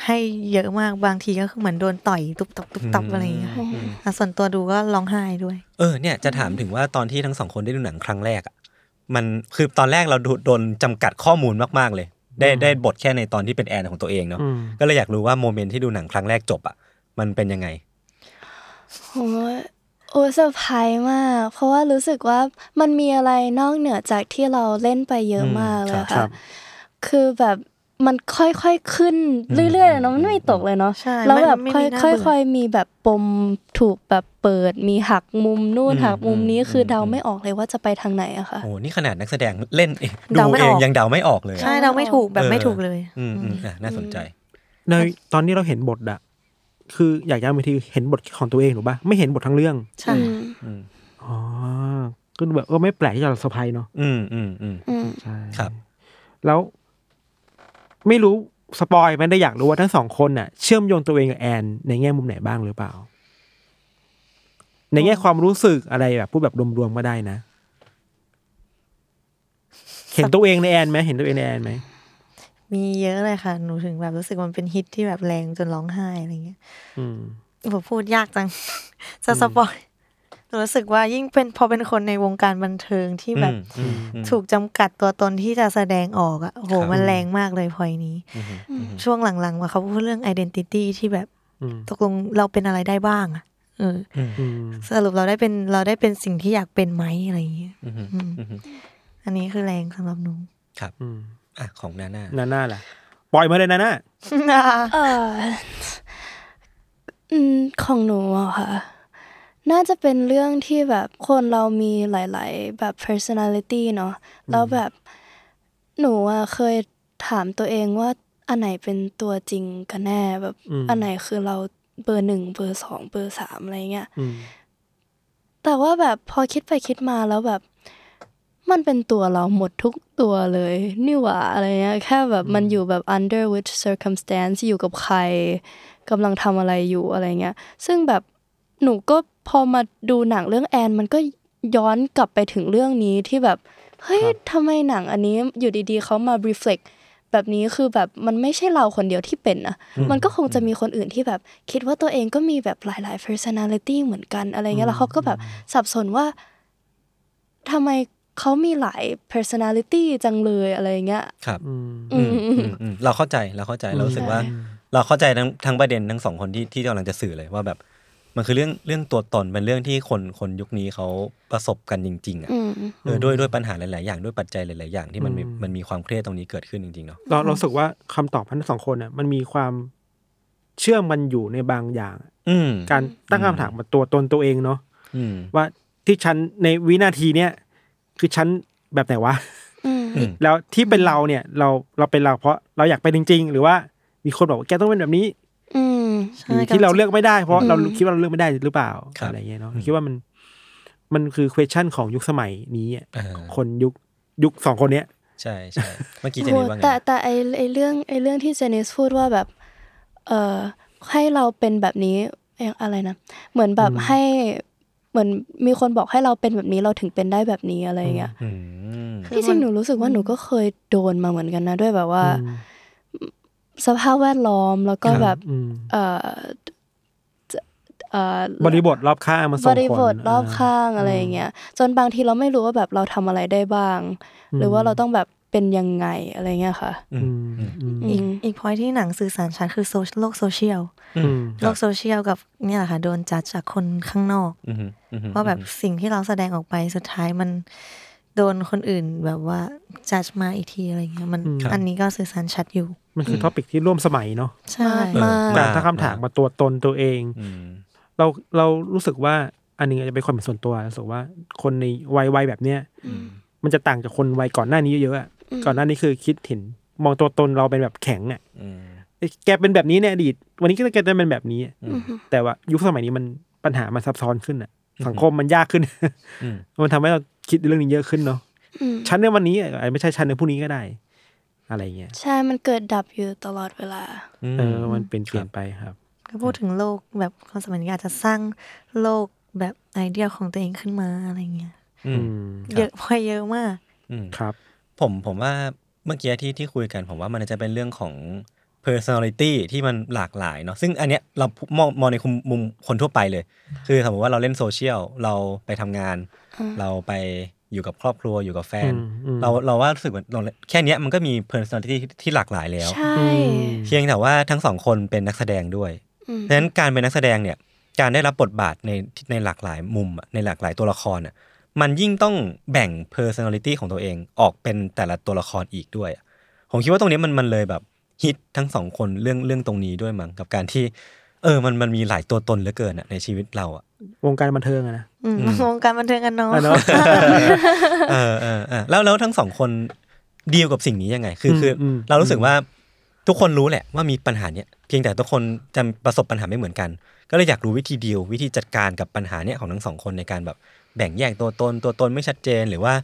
ให้เยอะมากบางทีก็คือเหมือนโดนต่อยตุบตับตุบตับอะไรอย่างเงี้ยค่ะอ่ะส่วนตัวดูก็ร้องไห้ด้วย
เออเนี่ยจะถามถึงว่าตอนที่ทั้งสองคนได้ดูหนังครั้งแรกอ่ะมันคือตอนแรกเราโดนจำกัดข้อมูลมากๆเลย ได้ได้บทแค่ในตอนที่เป็นแอนของตัวเองเนาะ
อืม
ก็เลยอยากรู้ว่าโมเมนต์ที่ดูหนังครั้งแรกจบอ่ะมันเป็นยังไง
โอ้ยโอ้ยเซอร์ไพรส์มาก เพราะว่ารู้สึกว่ามันมีอะไรนอกเหนือจากที่เราเล่นไปเยอะมากเลย
ครั
ค่ะ
บ
คือแบบมันค่อยๆขึ้นเรื่อยๆเนาะมันไม่ตกเลยเนาะ
ใช่
แล้วแบบ
ไม่
ค่
ไม่น่าเบื่
อย
อ
ๆค่อยๆมีแบบปมถูกแบบเปิด มีหักมุมนู่น
อืม
หักมุมนี้
อืม
คืออ
ม
เดาไม่ออกเลยว่าจะไปทางไหนอะค่ะ
โอ้นี่ขนาดนักแสดงเล่นเองดู
เดาไม่
เอ
ออก
งยังเดาไม่ออกเลยอะ
ใช่เราไม่ถูกแบบ
เออ
ไม่ถูกเลย
อืมอืมอ่ะน่าสนใจ
ในตอนนี้เราเห็นบทอะคืออยากย้ำอีกทีเห็นบทของตัวเองหรือปะไม่เห็นบททั้งเรื่อง
ใช่
อืม
อ๋อก็ดูแบบเออไม่แปลกที่เราเซอร์ไพรส์เนาะ
อืมอืมอืม
อืม
ใช่
ครับ
แล้ว ไม่รู้สปอยไหมันได้อยากรู้ว่าทั้งสองคนน่ะเชื่อมโยงตัวเองกับแอนในแง่มุมไหนบ้างหรือเปล่า ในแง่ความรู้สึกอะไรแบบพูดแบบรวมๆก็ได้นะ เห็นตัวเองในแอนไหมเห็นตัวเองในแอนไหม
มีเยอะเลยค่ะหนูถึงแบบรู้สึกมันเป็นฮิตที่แบบแรงจนร้องไห้อะไรเงี้ย
อืม
ผมพูดยากจัง จะสปอยหนูรู้สึกว่ายิ่งเป็นพอเป็นคนในวงการบันเทิงที่แบบ
อืมอืม
ถูกจำกัดตัวตนที่จะแสดงออกอะโอ้โห
ครับ
มันแรงมากเลยพอยนี้
อืมอืม
ช่วงหลังๆว่าเขาพูดเรื่อง identity ที่แบบ
อืม
ตกลงเราเป็นอะไรได้บ้างอะเออ
อืม
สรุปเราได้เป็นเราได้เป็นสิ่งที่อยากเป็นไหมอะไรอย่างเงี้ย
อืม
อืม
อืม
อันนี้คือแรงสำหรับหนู
อืม
อ่ะของนาน่า
นาน่าล่ะปล่อยมาเลยนาน่า
เอออืมของหนูอะค่ะ น่าจะเป็นเรื่องที่แบบคนเรามีหลาย ๆ แบบ personality เนาะแล้วแบบหนูอะเคยถามตัวเองว่าอันไหนเป็นตัวจริงกันแน่ แบบ
อืม
อันไหนคือเราเบอร์หนึ่งเบอร์สองเบอร์สามอะไรเงี้ย
อืม
แต่ว่าแบบพอคิดไปคิดมาแล้วแบบ มันเป็นตัวเราหมดทุกตัวเลย นี่หว่าอะไรเงี้ยแค่แบบมันอยู่แบบ under which circumstance อยู่กับใครกำลังทำอะไรอยู่อะไรเงี้ย ซึ่งแบบหนูก็พอมาดูหนังเรื่องแอน มันก็ย้อนกลับไปถึงเรื่องนี้ที่แบบ เฮ้ยทำไมหนังอันนี้อยู่ดีๆเขามา reflect แบบนี้คือแบบมันไม่ใช่เราคนเดียวที่เป็นนะมันก็คงจะมีคนอื่นที่แบบ คิดว่าตัวเองก็มีแบบหลาย ๆ personality เหมือนกันอะไรเงี้ยแล้วเขาก็แบบสับสนว่าทำไม เขามีหลาย personality จังเลยอะไรอย่างเงี้ย
ครับ
อืม
อืม
อืมอืมอืมเราเข้าใจเราเข้าใจเรารู้สึกว่า เราเข้าใจทั้งทั้งประเด็นทั้งสองคนที่ที่กำลังจะสื่อเลยว่าแบบ มันคือเรื่องเรื่องตัวตนเป็นเรื่องที่คนคนยุคนี้เขาประสบกันจริงๆอ่ะ
อืม
เออด้วยด้วยปัญหาหลาย ๆ อย่างด้วยปัจจัยหลาย ๆ อย่างที่มันมี
อืม
มันมีความเครียดตรงนี้เกิดขึ้นจริง ๆ เนาะ
เราเรารู้สึกว่าคำตอบทั้งสองคนน่ะมันมีความเชื่อมกันอยู่ในบางอย่าง
อืม
การตั้งคำถามมาตัวตนตัวเองเนาะ
อืม
ว่าที่ฉันในวินาทีเนี้ยคือฉันแบบไหนวะ
อืม
อืม
แล้วที่เป็นเราเนี่ยเราเราเป็นเราเพราะเราอยากเป็นจริง ๆ หรือว่ามีคนบอกว่าแกต้องเป็นแบบนี้
อืม
หรือที่เราเลือกไม่ได้เพราะ
อืม
เราคิดว่าเราเลือกไม่ได้หรือเปล่า
ครับ
อะไรเงี้ยเนาะคิดว่ามันมันคือ question ของยุคสมัยนี้อะ
อ่า
คนยุคยุคสองคนเนี้ย
ใช่ใช่เมื่อกี้เจน
โห
นี่ว่าไง
แต่แต่ไอไอเรื่องไอเรื่องที่เจนิสพูดว่าแบบ เอ่อให้เราเป็นแบบนี้เอ่ออะไรนะเหมือนแบบ
อืม
ให้เหมือนมีคนบอกให้เราเป็นแบบนี้เราถึงเป็นได้แบบนี้อะไรอย่างเงี้ย
อืม
ที่จริงหนูรู้สึกว่าหนูก็เคยโดนมาเหมือนกันนะ ด้วยแบบว่า
อืม
สภาพแวดล้อมแล้วก็แบบ
อืม
เอ่อจะเอ่อบ
ริบทรอบข้างมัน
บ
ส่งผล
ริบทรอบข้างอะไรอย่างเงี้ยจนบางทีเราไม่รู้ว่าแบบเราทำอะไรได้บ้าง หรือว่าเราต้องแบบเป็นยังไงอะไรเงี้ยค่ะ
อื
อื
ม
มอืม
อีก
อืม
อีกพอยที่หนังสื่อสารชัดคือโซโลกโซเชียล
อื
อื
ม
ม
ค
โล
รับ
กโซเชียลกับเนี่ยแหละค่ะโดนจัดจากคนข้างนอก
อืมอืมอืม
ว่าแบบสิ่งที่เราแสดงออกไปสุดท้ายมันโดนคนอื่นแบบว่าจัดมาอีกทีอะไรเงี้ยมัน
อืมครับ
อันนี้ก็สื่อสารชัดอยู่
มันคือท็อปิกที่ร่วมสมัยเนาะ
ใช่
เออ
มาก
การตั้งคำถามมาตัวตนตัวเอง
อืม
เราเรารู้สึกว่าอันหนึงอาจจะเป็นความเห็นส่วนตัวรู้สึกว่าคนในวัยวัยแบบเนี้ย
อืม
มันจะต่างจากคนวัยก่อนหน้านี้เยอะๆอะ
อืม
ก่อนหน้านี้คือคิดเห็นมองตัวตนเราเป็นแบบแข็งอ่ะ
อืม
เอ้ยแกเป็นแบบนี้ในอดีต วันนี้ก็แกจะเป็นแบบนี้
อืม
แต่ว่ายุคสมัยนี้มันปัญหามันซับซ้อนขึ้นอ่ะ สังคมมันยากขึ้น
อืม
มันทำให้เราคิดเรื่องนี้เยอะขึ้นเนาะ
อืม
ฉันในวันนี้อาจจะไม่ใช่ฉันในพรุ่งนี้ก็ได้ อะไรเงี้ย
ใช่ มันเกิดดับอยู่ตลอดเวลา
อืม
เออมันเป็นเปลี่ยนไปครับ
ก็พูดถึงโลกแบบคนสมัยนี้อาจจะสร้างโลกแบบไอเดียของตัวเองขึ้นมาอะไรเงี้ย
อื
อื
ม
ม
เยอะพอเยอะมาก
อืม
ครับ
ผมผมว่าเมื่อกี้ที่ที่คุยกัน ผมว่ามันอาจจะเป็นเรื่องของ personality ที่มันหลากหลายเนาะซึ่งอันเนี้ยเรามองมองในมุมมุมคนทั่วไปเลย คือสมมติว่าเราเล่นโซเชียลเราไปทำงาน เราไปอยู่กับครอบครัวอยู่กับแฟน
อืมอืม
เราเราว่ารู้สึกเหมือนเราแค่เนี้ยมันก็มี personality ที่ที่หลากหลายแล้ว
ใช่
เพียงแต่ว่าทั้งสองคนเป็นนักแสดงด้วย
อืม
เพราะฉะนั้นการเป็นนักแสดงเนี่ยการได้รับบทบาทในในหลากหลายมุมอะในหลากหลายตัวละครอ่ะมันยิ่งต้องแบ่ง personality ของตัวเองออกเป็นแต่ละตัวละครอีกด้วยอะผมคิดว่าตรงนี้มันมันเลยแบบฮิตทั้งสองคนเรื่องเรื่องตรงนี้ด้วยมั้งกับการที่ เออมันมันมีหลายตัวตนเหลือเกินอะในชีวิตเราอ่ะ
วงการบันเทิงอะนะ
อืมวงการบันเทิงกันเนาะ
อ่ะเนาะ
เออเออเออแล้วแล้วทั้งสองคนดีลกับสิ่งนี้ยังไง คือคืออ
ม
เรารู้สึกว่าทุกคนรู้แหละว่ามีปัญหาเนี้ยเพียงแต่ทุกคนจะประสบปัญหาไม่เหมือนกัน ก็เลยอยากรู้วิธีดีลวิธีจัดการกับปัญหาเนี้ยของทั้งสองคนในการแบบแบ่งแยกตัวตนตัวตนไม่ชัดเจนหรือว่า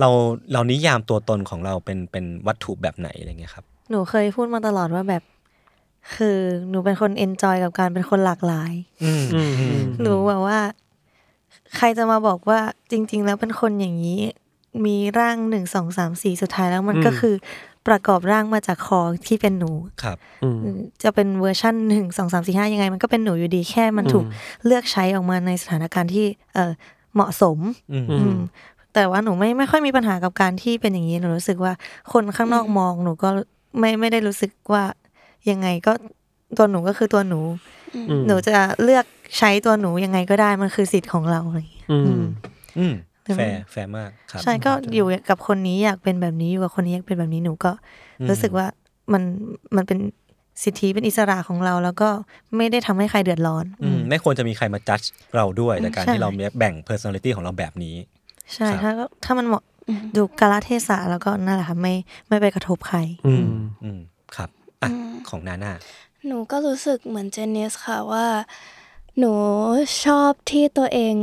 เราเรานิยามตัวตนของเราเป็นเป็นวัตถุแบบไหนอะไรเงี้ยครับ
หนูเคยพูดมาตลอดว่าแบบ คือหนูเป็นคนเอนจอยกับการเป็นคนหลากหลาย
อืม
อืมอืม
หนูแบบว่า ใครจะมาบอกว่าจริง ๆ แล้วเป็นคนอย่างนี้ มีร่างหนึ่งสองสามสี่สุดท้ายแล้วมัน
อืม
ก็คือประกอบร่างมาจากคอที่เป็นหนู
ครับ
อืม
จะเป็นเวอร์ชันหนึ่งสองสามสี่ห้ายังไง มันก็เป็นหนูอยู่ดีแค่มันถูกเลือกใช้ออกมาในสถานการณ์ที่เออเหมาะสม
อืม
อื
อืม แต่ว่าหนูไม่ไม่ค่อยมีปัญหากับการที่เป็นอย่างนี้หนูรู้สึกว่าคนข้างนอกมองหนูก็ไม่ไม่ได้รู้สึกว่ายังไงก็ตัวหนูก็คือตัวหนู
อืม
หนูจะเลือกใช้ตัวหนูยังไงก็ได้มันคือสิทธิ์ของเราอะไรอย่างเงี้ย
อืม
อืม
หรือ
แฟ
ว่า
ร์แฟร์มากครับ
ใช่ก็อยู่กับคนนี้อยากเป็นแบบนี้อยู่กับคนนี้อยากเป็นแบบนี้หนูก็
อืม
รู้สึกว่ามันมันเป็นสิทธิเป็นอิสระของเราแล้วก็ไม่ได้ทำให้ใครเดือดร้อน
อืมไม่ควรจะมีใครมาจัดเราด้วยจากการ
ใช่
ที่เราแบ่ง personality ของเราแบบนี้
ใช่
ครับ
ถ้าก็ถ้ามันเหมาะดูกาลเทศะแล้วก็นั่นแหละค่ะไม่ไม่ไปกระทบใคร
อืม
อืมครับอ่ะของนาน่า
หนูก็รู้สึกเหมือนเจนนิสค่ะว่า หนูชอบที่ตัวเอง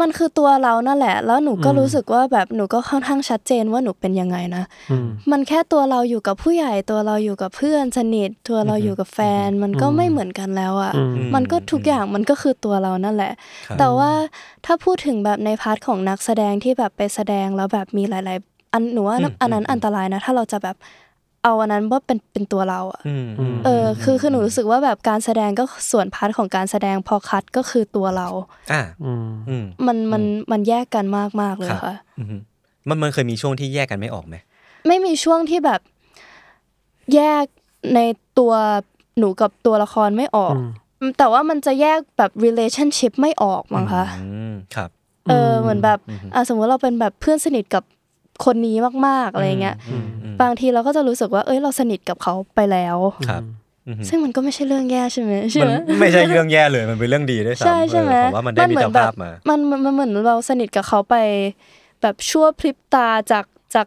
มันคือตัวเรานั่นแหละ แล้วหนูก็
อืม
รู้สึกว่าแบบหนูก็ค่อนข้างชัดเจนว่าหนูเป็นยังไงนะ
อืม
มันแค่ตัวเราอยู่กับผู้ใหญ่ตัวเราอยู่กับเพื่อนสนิทตัวเราอยู่กับแฟน มันก็
อืม
ไม่เหมือนกันแล้วอ่ะ
อืม
มันก็ทุกอย่างมันก็คือตัวเรานั่นแหละ
ครับ
แต่ว่าถ้าพูดถึงแบบในพาร์ทของนักแสดงที่แบบไปแสดงแล้วแบบมีหลาย ๆ อันหนูว่าอันนั้นอันตรายนะ ถ้าเราจะแบบ เอาอันนั้นว่าเป็นเป็นตัวเราอะ
อืมม
เอออคือคือหนูรู้สึกว่าแบบการแสดงก็ส่วนพาร์ทของการแสดงพอคัดก็คือตัวเรา
อ่า
อืม
อืม
มันมัน
อื
มันแยกกันมากมากๆเลย
ครับ
ค่ะ
อืมมันมันเคยมีช่วงที่แยกกันไม่ออกไหม
ไม่มีช่วงที่แบบแยกในตัวหนูกับตัวละครไม่ออก
อืม
แต่ว่ามันจะแยกแบบ relationship ไม่ออกมั้งคะ
อืมครับ
เออเหมือนแบบ
อืม
อ่ะสมมติเราเป็นแบบเพื่อนสนิทกับคนนี้มากๆอะไรเงี้ย
อืมอืม
บางทีเราก็จะรู้สึกว่า เอ้ย เราสนิทกับเขาไปแล้ว
ครับอืม
ซึ่งมันก็ไม่ใช่เรื่องแย่ใช่ไหมใช่
มัน
ไหม
ไม่ใช่เรื่องแย่เลยมันเป็นเรื่องดีด้วยซ้ำ
ใช่ใช่ไหม
เออผมว่ามันได้มิ
เห
ตร
แบ
ภา
บ
พมา
มันมันมันเหมือนเราสนิทกับเขาไป แบบชั่วพริบตาจากจาก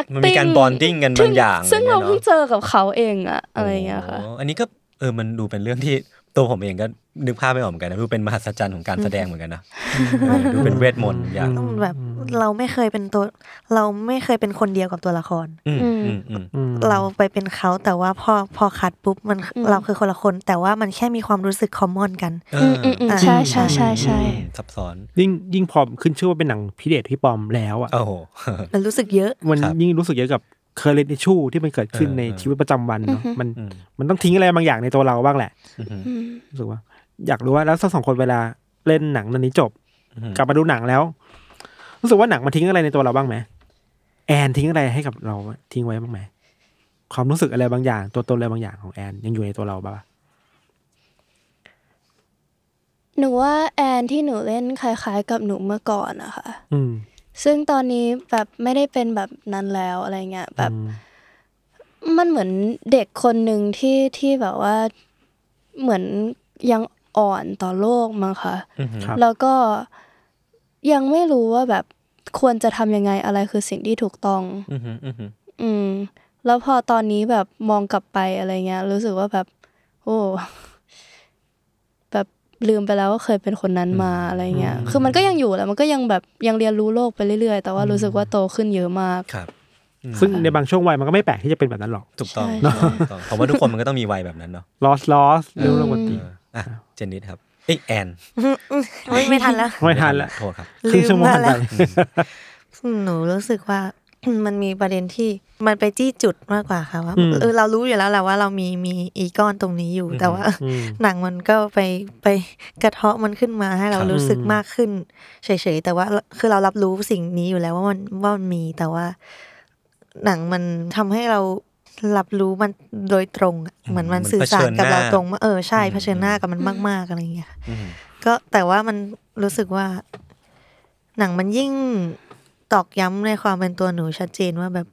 acting
มันมีการบอนดิ้งกันบางอย่าง
ซึ่ง
อย่
เรา
ยนะ
เพิ่งเจอกับเขาเองอะอะไรเงี้ยค่ะ
โอันนี้ก็เออมันดูเป็นเรื่องที่ตัวผมเองก็นึกภาพไม่ออกเหมือนกันนะดูเป็นมหัศจรรย์ของการแสดงเหมือนกันนะเออดูเป็นเวทมนต์อย่าง
ต้องแบบเราไม่เคยเป็นตัว เราไม่เคยเป็นคนเดียวกับตัวละคร
อืม
อืม
อืมอืม
อืม
เราไปเป็นเขาแต่ว่าพอพอคัดปุ๊บมัน
อืม
เราคือคนละคน แต่ว่ามันแค่มีความรู้สึกคอมมอนกัน
เอ
อื
อ
ม
อ
อืมอืม
อ่า
ใช่ใช่ใช่ใช่
อืมซับซ้อน
ยิ่งยิ่งพอมขึ้นชื่อว่าเป็นหนังพิเดทที่ปลอมแล้วอ่ะ
โอ้โห
มันรู้สึกเยอะ
มัน
ครับ
ยิ่งรู้สึกเยอะกับเคอร์เรนติชูที่มันเกิดขึ้น
เออ
ใน
เออ
ชีวิตประจำวันเนาะ
อือฮึ
มัน
อืม
มันต้องทิ้งอะไรบางอย่างในตัวเราบ้างแหละ
อืม
อืม
รู้สึกว่า อยากรู้ว่าแล้วทั้งสองคนเวลาเล่นหนังเรื่องนี้จบ
อืม
กลับมาดูหนังแล้ว รู้สึกว่าหนังมันทิ้งอะไรในตัวเราบ้างไหมแอนทิ้งอะไรให้กับเราทิ้งไว้บ้างไหมความรู้สึกอะไรบางอย่าง ตัวตนอะไรบางอย่างของแอนยังอยู่ในตัวเราบ้าง
หนูว่าแอนที่หนูเล่นคล้ายๆ กับหนูเมื่อก่อนนะคะ
อืม
ซึ่งตอนนี้แบบไม่ได้เป็นแบบนั้นแล้วอะไรเงี้ยแบบ
อืม
มันเหมือนเด็กคนหนึ่งที่ที่แบบว่าเหมือนยังอ่อนต่อโลกมั้งคะ
อืม
ครับ
แล้วก็ยังไม่รู้ว่าแบบควรจะทำยังไงอะไรคือสิ่งที่ถูกต้อง
อืมอืมอืม
อืม แล้วพอตอนนี้แบบมองกลับไปอะไรเงี้ย รู้สึกว่าแบบ โอ้ แบบลืมไปแล้วว่าเคยเป็นคนนั้นมาอะไรเงี้ย คือมันก็ยังอยู่แหละมันก็ยังแบบยังเรียนรู้โลกไปเรื่อยๆ แต่ว่ารู้สึกว่าโตขึ้นเยอะมาก
ครับอืม
ซึ่งในบางช่วงวัยมันก็ไม่แปลกที่จะเป็นแบบนั้นหรอก
ถูกต้อง
ใช่
ถูกต้องผมว่าทุกคนมันก็ต้องมีวัยแบบนั้นเนาะ
loss loss เรื่องเรื่องปกติ
เอออ่ะเจนนิดครับเอ้ยแอน
ไม่ไม่ทันแล้ว
ไม่ทันละ
โทษครับ
ครึ่งชั่วโมง
ลื
ผ่าม นไป
มาแล้ว หนูรู้สึกว่า มันมีประเด็นที่มันไปจี้จุดมากกว่าค่ะว่าเออเรารู้อยู่แล้วแหละว่าเรามีมีอีก้อนตรงนี้อยู่แต่ว่า
อืม
หนังมันก็ไปไปกระเทาะมันขึ้นมาให้เรา
ครับ
รู้สึก
อืม
มากขึ้นเฉยๆแต่ว่าคือเรารับรู้สิ่งนี้อยู่แล้วว่ามันว่ามันมีแต่ว่า หนังมันทำให้เรารับรู้มันโดยตรงอะเหมือนมันสื่อสารกับเราตรงว่าเออใช่เผชิญหน้ากับมันมาก ๆอะไรอย่างเงี้ย
อืม
ก็แต่ว่ามันรู้สึกว่า หนังมันยิ่งตอกย้ำในความเป็นตัวหนูชัดเจนว่าแบบ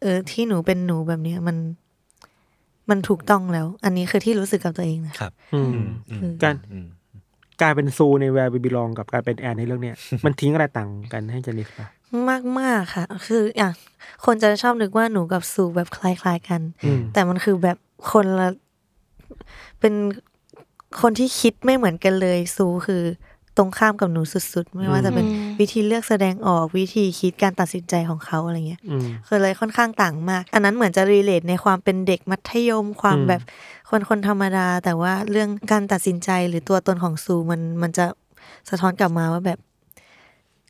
เออ ที่หนูเป็นหนูแบบเนี้ยมัน มันถูกต้องแล้ว อันนี้คือที่รู้สึกกับตัวเองนะ
ครับ
อืม
อืมอืม
การ
อืม
การเป็นซูใน where we belong กับการเป็นแอนในเรื่องเนี้ย มันทิ้งอะไรต่างกันให้เจนิสปะ
มากมากๆค่ะ คืออ่ะคนจะชอบนึกว่าหนูกับซูแบบคล้าย ๆ กัน
อืม
แต่มันคือแบบคนละ เป็นคนที่คิดไม่เหมือนกันเลย ซูคือตรงข้ามกับหนูสุดๆ ไม่ว่าจะเป็น
อืม
วิธีเลือกแสดงออกวิธีคิดการตัดสินใจของเขาอะไรเงี้ย
อืม
คือเลยค่อนข้างต่างมาก อันนั้นเหมือนจะรีเลทในความเป็นเด็กมัธยมความ
อืม
แบบคนคนธรรมดา แต่ว่าเรื่องการตัดสินใจหรือตัวตนของซูมันมันจะสะท้อนกลับมาว่าแบบ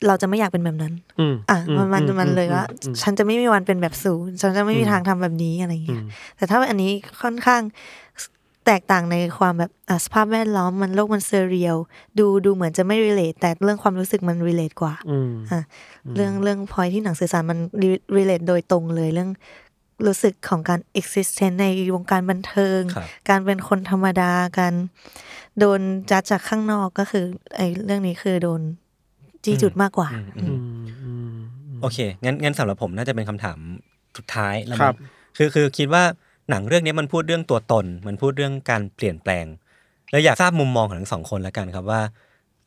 เราจะไม่อยากเป็นแบบนั้น
อืม
อ่ะมันมัน
อื
มันเลยว่า
อืม
ฉันจะไม่มีวันเป็นแบบสูนย์ฉันจะไม่มี
อืม
ทางทำแบบนี้อะไรอย่าง
อื
เงี้ย
ม
แต่ถ้าอันนี้ค่อนข้างแตกต่างในความแบบอ่ะสภาพแวดล้อมมันโลกมันเซเรียลดูดูเหมือนจะไม่รีเลทแต่เรื่องความรู้สึกมันรีเลทกว่า
อืม
อ่ะเรื่องเรื่องพอยที่หนังสื่อสารมันรีเลทโดยตรงเลยเรื่องรู้สึกของการ existence ในวงการบันเทิง
ครับ
การเป็นคนธรรมดาการโดนจัดจากข้างนอกก็คือไอ้เรื่องนี้คือโดนจี้จุดมากกว่า
อืมอืม
อืมอืม
โอเค งั้นงั้นสำหรับผมน่าจะเป็นคำถามสุดท้ายแล้วมั้ง
ครับ
คือคือคิดว่าหนังเรื่องนี้มันพูดเรื่องตัวตน มันพูดเรื่องการเปลี่ยนแปลง แล้วอยากทราบมุมมองของทั้งสองคนแล้วกันครับว่า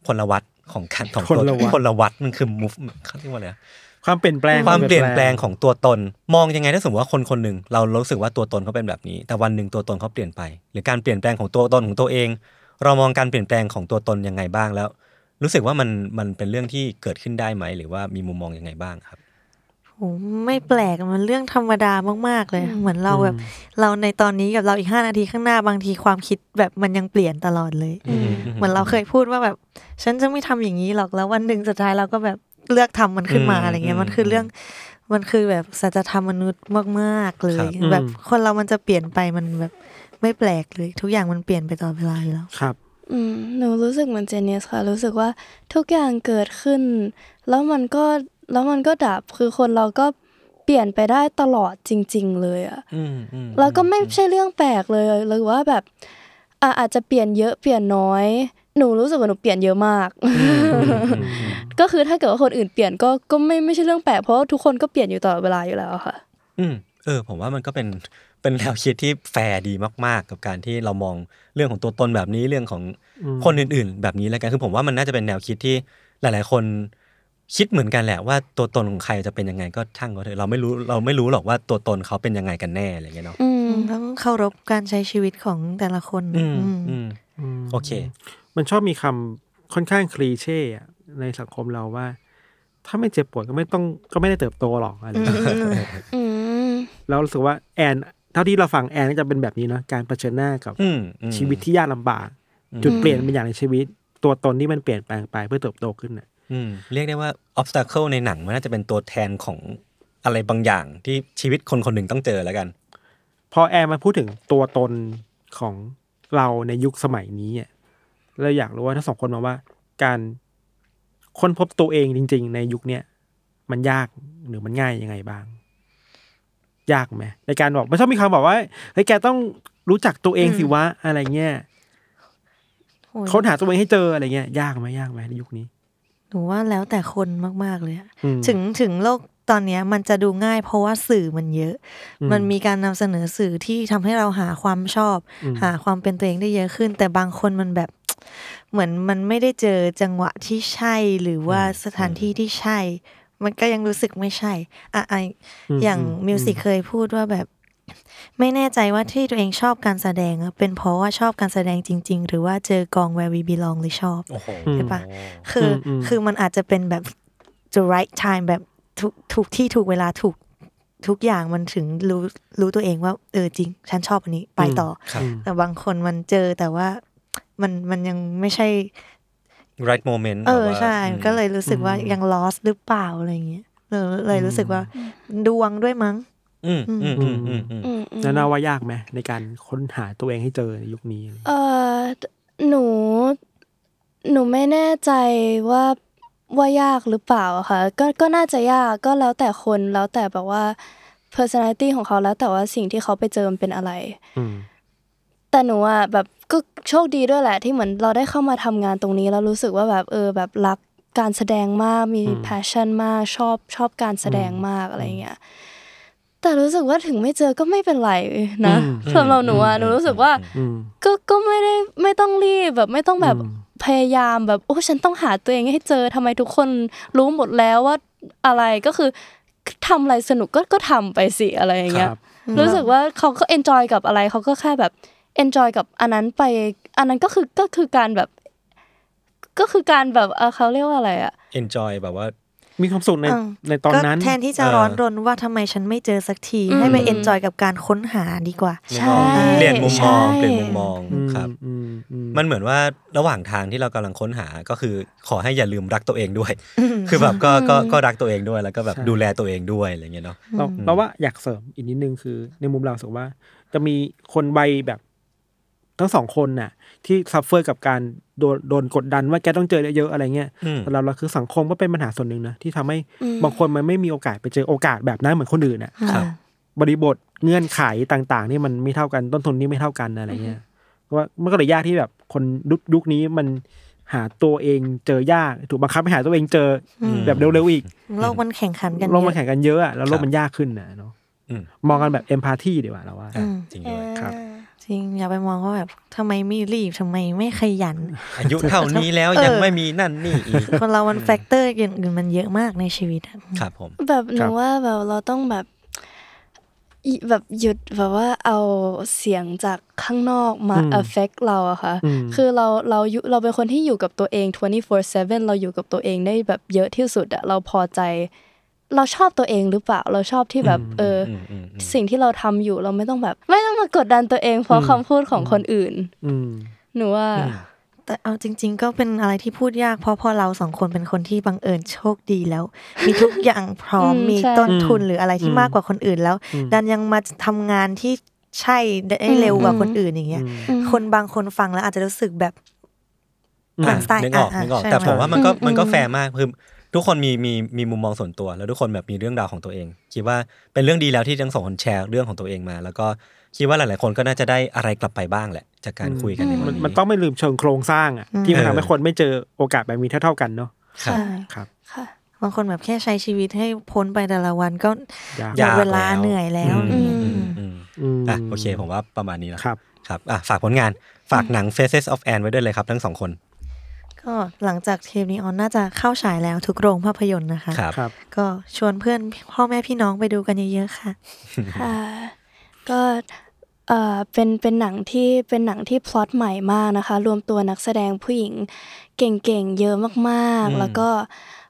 พลวัตของการของตัว
พลวัต
พลวัตมันคือ move เขาเรียกว่าอะไรนะ
ความเปลี่ยนแปลง
ความเปลี่ยนแปลงของตัวตน มองยังไงถ้าสมมติว่าคนคนหนึ่งเรารู้สึกว่าตัวตนเขาเป็นแบบนี้ แต่วันหนึ่งตัวตนเขาเปลี่ยนไป หรือการเปลี่ยนแปลงของตัวตนของตัวเอง เรามองการเปลี่ยนแปลงของตัวตนยังไงบ้างแล้ว รู้สึกว่ามันมันเป็นเรื่องที่เกิดขึ้นได้ไหมหรือว่ามีมุมมองยังไงบ้างครับ
โอ้ไม่แปลกมันเรื่องธรรมดามาก ๆ เลย เหมือนเราแบบ
อืม
เราในตอนนี้กับเราอีกห้านาทีข้างหน้าบางทีความคิดแบบมันยังเปลี่ยนตลอดเลย
อืม
เหมือนเราเคยพูดว่าแบบ ฉันจะไม่ทำอย่างนี้หรอกแล้ววันหนึ่งสุดท้ายเราก็แบบเลือกทำมันขึ้นมา
อืม
อะไรเงี้ย
อืม
มันคือเรื่อง มันคือแบบสัจธรรมมนุษย์มากๆเลย
ครับ
แบบ
อืม
คนเรามันจะเปลี่ยนไปมันแบบไม่แปลกเลย ทุกอย่างมันเปลี่ยนไปตลอดเวลาอยู่แล้ว
ครับ
อืมหนูรู้สึกเหมือนเจเนียสค่ะ รู้สึกว่าทุกอย่างเกิดขึ้น แล้วมันก็แล้วมันก็ดับคือคนเราก็เปลี่ยนไปได้ตลอดจริง ๆ เลยอะ
อืมอืม
แล้วก็ไม่ใช่เรื่องแปลกเลยหรือว่าแบบอ่ะอาจจะเปลี่ยนเยอะเปลี่ยนน้อย หนูรู้สึกว่าหนูเปลี่ยนเยอะมาก ก็คือถ้าเกิดว่าคนอื่นเปลี่ยนก็ก็ไม่ไม่ใช่เรื่องแปลกเพราะว่าทุกคนก็เปลี่ยนอยู่ตลอดเวลาอยู่แล้วอะค่ะ
อืมเออผมว่ามันก็เป็น เป็นแนวคิดที่แฟร์ดีมาก ๆ กับการที่เรามองเรื่องของตัวตนแบบนี้เรื่องของคนอื่น ๆ แบบนี้แล้วกันคือผมว่ามันน่าจะเป็นแนวคิดที่หลาย ๆ คนคิดเหมือนกันแหละว่าตัวตนของใครจะเป็นยังไงก็ช่างเขาเถอะเราไม่รู้เราไม่รู้หรอกว่าตัวตนเขาเป็นยังไงกันแน่อะไรอย่างเงี้ยเนาะ
อืม
ต้องเคารพการใช้ชีวิตของแต่ละคน
อืม
อืม
อืม
ม
โอเค
มันชอบมีคำค่อนข้างคลีเช่อะในสังคมเราว่า ถ้าไม่เจ็บปวดก็ไม่ต้องก็ไม่ได้เติบโตหรอกอะไรอย่างเงี้ย
อืม
แล้วรู้สึกว่าแอนเท่าที่เราฟังแอนก็จะเป็นแบบนี้เนาะการเผชิญหน้ากับ
อืมอืม
ชีวิตที่ยากลำบาก จุดเปลี่ยนเป็นอย่างในชีวิต ตัวตนที่มันเปลี่ยนแปลงไปเพื่อเติบโตขึ้นน่ะ
อืมเรียกได้ว่า obstacle ในหนังมันน่าจะเป็นตัวแทนของอะไรบางอย่างที่ชีวิตคนคนหนึ่งต้องเจอแล้วกัน
พอแอนมาพูดถึงตัวตนของเราในยุคสมัยนี้อ่ะเราอยากรู้ว่าทั้งสองคนมองว่าการค้นพบตัวเองจริง ๆ ในยุคเนี้ยมันยากหรือมันง่ายยังไงบ้าง ยากไหมในการบอกมันชอบมีคำบอกว่าเฮ้ยแกต้องรู้จักตัวเองสิวะอะไรเงี้ย
โอ้ย
ค้นหาตัวเองให้เจออะไรเงี้ยยากไหมยากไหมในยุคนี้
หนูว่าแล้วแต่คนมากๆเลยอะ
อืม
ถึงถึงโลกตอนเนี้ยมันจะดูง่ายเพราะว่าสื่อมันเยอะ
อืม
มันมีการนำเสนอสื่อที่ทำให้เราหาความชอบ
อืม
หาความเป็นตัวเองได้เยอะขึ้น แต่บางคนมันแบบ เหมือนมันไม่ได้เจอจังหวะที่ใช่หรือว่าสถานที่ที่ใช่ มันก็ยังรู้สึกไม่ใช่อ่ะอ่ะ
ม
อย่าง
ม
มิวสิกเคยพูดว่าแบบ ไม่แน่ใจว่าที่ตัวเองชอบการแสดงอะเป็นเพราะว่าชอบการแสดงจริง ๆ หรือว่าเจอกอง where we belong หรือชอบ
โอ้โห
อืม
ใช่ปะ คืออ
ม
คือมันอาจจะเป็นแบบ the right time แบบถูกถูกที่ถูกเวลาถูกทุกอย่างมันถึงรู้รู้ตัวเองว่า เออจริง ฉันชอบอันนี้ ไปต่ออ
ครับ
แต่บางคนมันเจอแต่ว่ามันมันยังไม่ใช่
right moment
เออ
แบบว่า
ใช่
อืม
ก็เลยรู้สึกว่า
อืม
ยัง lost หรือเปล่าอะไรอย่างเงี้ยเลยเลยรู้สึกว่าดวงด้วยมั้ง
อืมอืมอืมอืมอืม
อืมอืม
แล้วน่าว่ายากไหมในการค้นหาตัวเองให้เจอในยุคนี้
เออหนู หนูไม่แน่ใจว่าว่ายากหรือเปล่าอะค่ะ ก็ก็น่าจะยากก็แล้วแต่คนแล้วแต่แบบว่า personality ของเขาแล้วแต่ว่าสิ่งที่เขาไปเจอมันเป็นอะไร
อืม
แต่หนูอ่ะแบบก็โชคดีด้วยแหละที่เหมือนเราได้เข้ามาทำงานตรงนี้แล้วรู้สึกว่าแบบเออแบบรักการแสดงมากมี
อืม
passion มากชอบชอบการแสดงมากอะไรอย่างเงี้ยแต่รู้สึกว่าถึงไม่เจอก็ไม่เป็นไรนะ
อืม
สำหรับหนูอ่ะหนูรู้สึกว่า
อืม
ก็ก็ไม่ได้ไม่ต้องรีบแบบไม่ต้องแบบ
อืม
พยายามแบบโอ้ฉันต้องหาตัวเองให้เจอทำไมทุกคนรู้หมดแล้วว่าอะไรก็คือทำอะไรสนุกก็ก็ทำไปสิอะไรอย่างเงี้ย
ครับ
รู้สึกว่าเขาก็เอนจอยกับอะไรเขาก็แค่แบบเอนจอยกับอันนั้นไป อันนั้นก็คือก็คือการแบบ ก็คือการแบบเอ่อเขาเรียกว่าอะไรอ่ะ
อืม enjoy แบบว่า
มีความสุขใน
อ่า
ในตอนนั้น
ก็แทนที่จะ
เอ่อ
ร้อนรนว่าทำไมฉันไม่เจอสักที ให้ไป
อืม
เอนจอยกับการค้นหาดีกว่า
ใช่
เปลี่ยนมุมมอง
ใช่
เปลี่ยนมุมมอง
อืม
ครับ
อืมอืม
มันเหมือนว่าระหว่างทางที่เรากำลังค้นหาก็คือขอให้อย่าลืมรักตัวเองด้วย คือแบบก็ก็ก็รักตัวเองด้วยแล้วก็แบบ
ใช่
ดูแลตัวเองด้วยอะไรเงี้ยเนาะ
เราเราว่าอยากเสริมอีกนิดนึงคือ ในมุมเรารู้สึกว่า จะมีคนใบแบบทั้งสองคนน่ะ ที่ซัฟเฟอร์กับการโดนโดนกดดันว่าแกต้องเจอเยอะๆอะไรเงี้ย
อืม
แต่เราเราคือสังคมก็เป็นปัญหาส่วนหนึ่งนะที่ทำให้
อืม
บางคนมันไม่มีโอกาสไปเจอโอกาสแบบนั้นเหมือนคนอื่นน่ะ
ครับ
บริบทเงื่อนไขต่างๆ นี่มันไม่เท่ากันต้นทุนนี่ไม่เท่ากันอะไรเงี้ยเพราะว่ามันก็เลยยากที่แบบคนยุคยุคนี้มันหาตัวเองเจอยากถูกบังคับให้หาตัวเองเจออ
ม
แบบเร็วๆอีก
โลกมันแข่งขันกัน
โลกมัน
เยอะ
แข่งกันเยอะอะแล้วโลก
ครับ
มันยากขึ้นนะเนาะ
อืม
มองกันแบบเอมพาธีดีกว่าเราว่า
อ่ะจริงด้วย
ครับ
จริงอย่าไปมองว่าแบบทำไมไม่รีบทำไมไม่ขยัน
อายุเท่านี้แล้ว
เออ
ยังไม่มีนั่นนี่อีก
คนเรามันแฟกเตอร์อย่างอื่นมันเยอะมากในชีวิตอะ
ครับผม
แบบห
ครั
นู
บ
ว่าแบบเราต้องแบบอิแบบหยุดแบบว่าเอาเสียงจากข้างนอกมาเอฟเฟกเราอะค่ะ
อืม
คือเราเราอยู่เราเป็นคนที่อยู่กับตัวเอง 24/7 เราอยู่กับตัวเองได้แบบเยอะที่สุดอะเราพอใจ เราชอบตัวเองหรือเปล่า เราชอบที่แบบเอออ
อืมอืมอืม
สิ่งที่เราทำอยู่เราไม่ต้องแบบ ไม่ต้องมากดดันตัวเองเพราะคำพูดของคนอื่น
อืม
หนูว่า
แต่เอาจริง ๆ ก็เป็นอะไรที่พูดยากเพราะพอเราสองคนเป็นคนที่บังเอิญโชคดีแล้ว มีทุกอย่างพร้อม
อืม
มี
ใช่
ต้นทุน
อืม
หรืออะไรที่
อืม
มากกว่าคนอื่นแล้ว
อืม
ดันยังมาทำงานที่ใช่ได้เร็วกว่าคนอื่นอย่างเงี้ย
อืม
อืม
คนบางคนฟังแล้วอาจจะรู้สึกแบบ
อ่ะ
สไตล์
นึกออก
อ่ะ
นึกออก
ใช่
แต่ผม
ใช่
ว่ามันก็
อืม
มันก็
อืม
แฟร์มากคือทุกคนมีมีมีมุมมองส่วนตัว แล้วทุกคนแบบมีเรื่องราวของตัวเอง คิดว่าเป็นเรื่องดีแล้วที่ทั้งสองคนแชร์เรื่องของตัวเองมา แล้วก็คิดว่าหลาย ๆ คนก็น่าจะได้อะไรกลับไปบ้างแหละ จากการคุยกันในวั
มัน น
นี้
มันต้องไม่ลืมเชิงโครงสร้างอ่ะ
อืม
ที่มันทำให้
เออ
คนไม่เจอโอกาสแบบมีเท่าเท่าๆกันเนาะ
ครับ
ใช่
ครับ
ค่ะ
บางคนแบบแค่ใช้ชีวิตให้พ้นไปแต่ละวันก็
ยา
ยาก
หมด
ก
เวลา
แล้ว
เหนื่อยแล้ว
อืม
อืม
อืมอืม
ม
อ่ะโอเคผมว่าประมาณนี้นะ
ครับ
ครับอ่ะฝากผลงาน ฝากหนัง Faces of Anne ไว้ด้วยเลยครับ ทั้งสองคน
ก็หลังจากเทปนี้ออนน่าจะเข้าฉายแล้วทุกโรงภาพยนตร์นะคะ
ครับ
ครับ
ก็ชวนเพื่อนพ่อแม่พี่น้องไปดูกันเยอะๆค่ะ
ค่ะก็เอ่อเป็นเป็นหนังที่เป็นหนังที่พล็อตใหม่มากนะคะ รวมตัวนักแสดงผู้หญิงเก่งๆ เยอะมาก
อืม
ๆ แล้วก็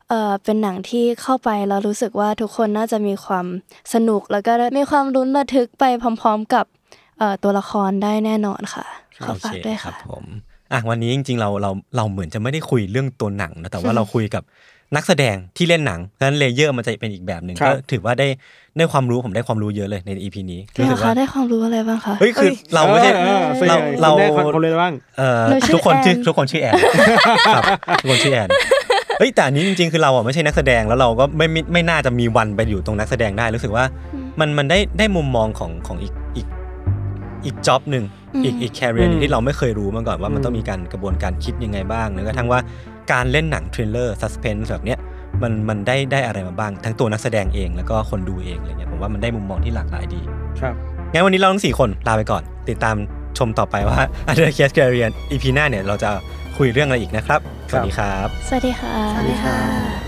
เอ่อเป็นหนังที่เข้าไปแล้วรู้สึกว่าทุกคนน่าจะมีความสนุก แล้วก็มีความลุ้นระทึกไปพร้อมๆกับเอ่อตัวละครได้แน่นอนค่ะขอ
โอ
ฝา
เค
กด้วย
ครั
ค่ะ
บผมอ่ะวันนี้จริงๆเราเราเราเหมือนจะไม่ได้คุยเรื่องตัวหนังนะแต่ว่าเราคุยกับนักแสดงที่เล่นหนังเพราะฉะนั้นเลเยอร์มันจะเป็นอีกแบบหนึ่ง
ครั
ก็
บ
ถือว่าได้ได้ความรู้ผมได้ความรู้เยอะเลยใน EP นี้
จริงเหรอคะ
ว่า
ได้ความรู้อะไรบ้างคะ
เฮ้ยคือเราไม่ใช่
ออออป็นไง
เรา
คุณได้
เรา
คนเลยบ้าง
เอ่อ
หนูชื่อ
ทุกคนชื่อ
แอน
ทุกคนชื่อแอน ครับทุกคนชื่อแอนเฮ้ยแต่อันนี้จริงๆ คือเราอ่ะไม่ใช่นักแสดงแล้วเราก็ไม่ไม่ไม่น่าจะมีวันไปอยู่ตรงนักแสดงได้รู้สึกว่ามันมันได้ได้มุมมองของของอีกอีกอีกจ็อบหนึ่งอีกอีกแคริเอร์
อืม
ที่เราไม่เคยรู้มาก่อนว่ามัน
อืม
ต้องมีการกระบวนการคิดยังไงบ้างหรือกระทั่งว่าการเล่นหนังทริลเลอร์ซัสเพนส์แบบเนี้ยมันมันได้ได้อะไรมาบ้าง ทั้งตัวนักแสดงเองแล้วก็คนดูเองอะไรเงี้ยผมว่ามันได้มุมมองที่หลากหลายดี
ครับ
งั้นวันนี้เราทั้งสี่คนลาไปก่อน ติดตามชมต่อไปว่า Under Case g a r i a n EP หน้าเนี่ย เราจะคุยเรื่องอะไรอีกนะครับ สวัสดีครับ
สวัสดีค่ะ
สวัสดีค่ะ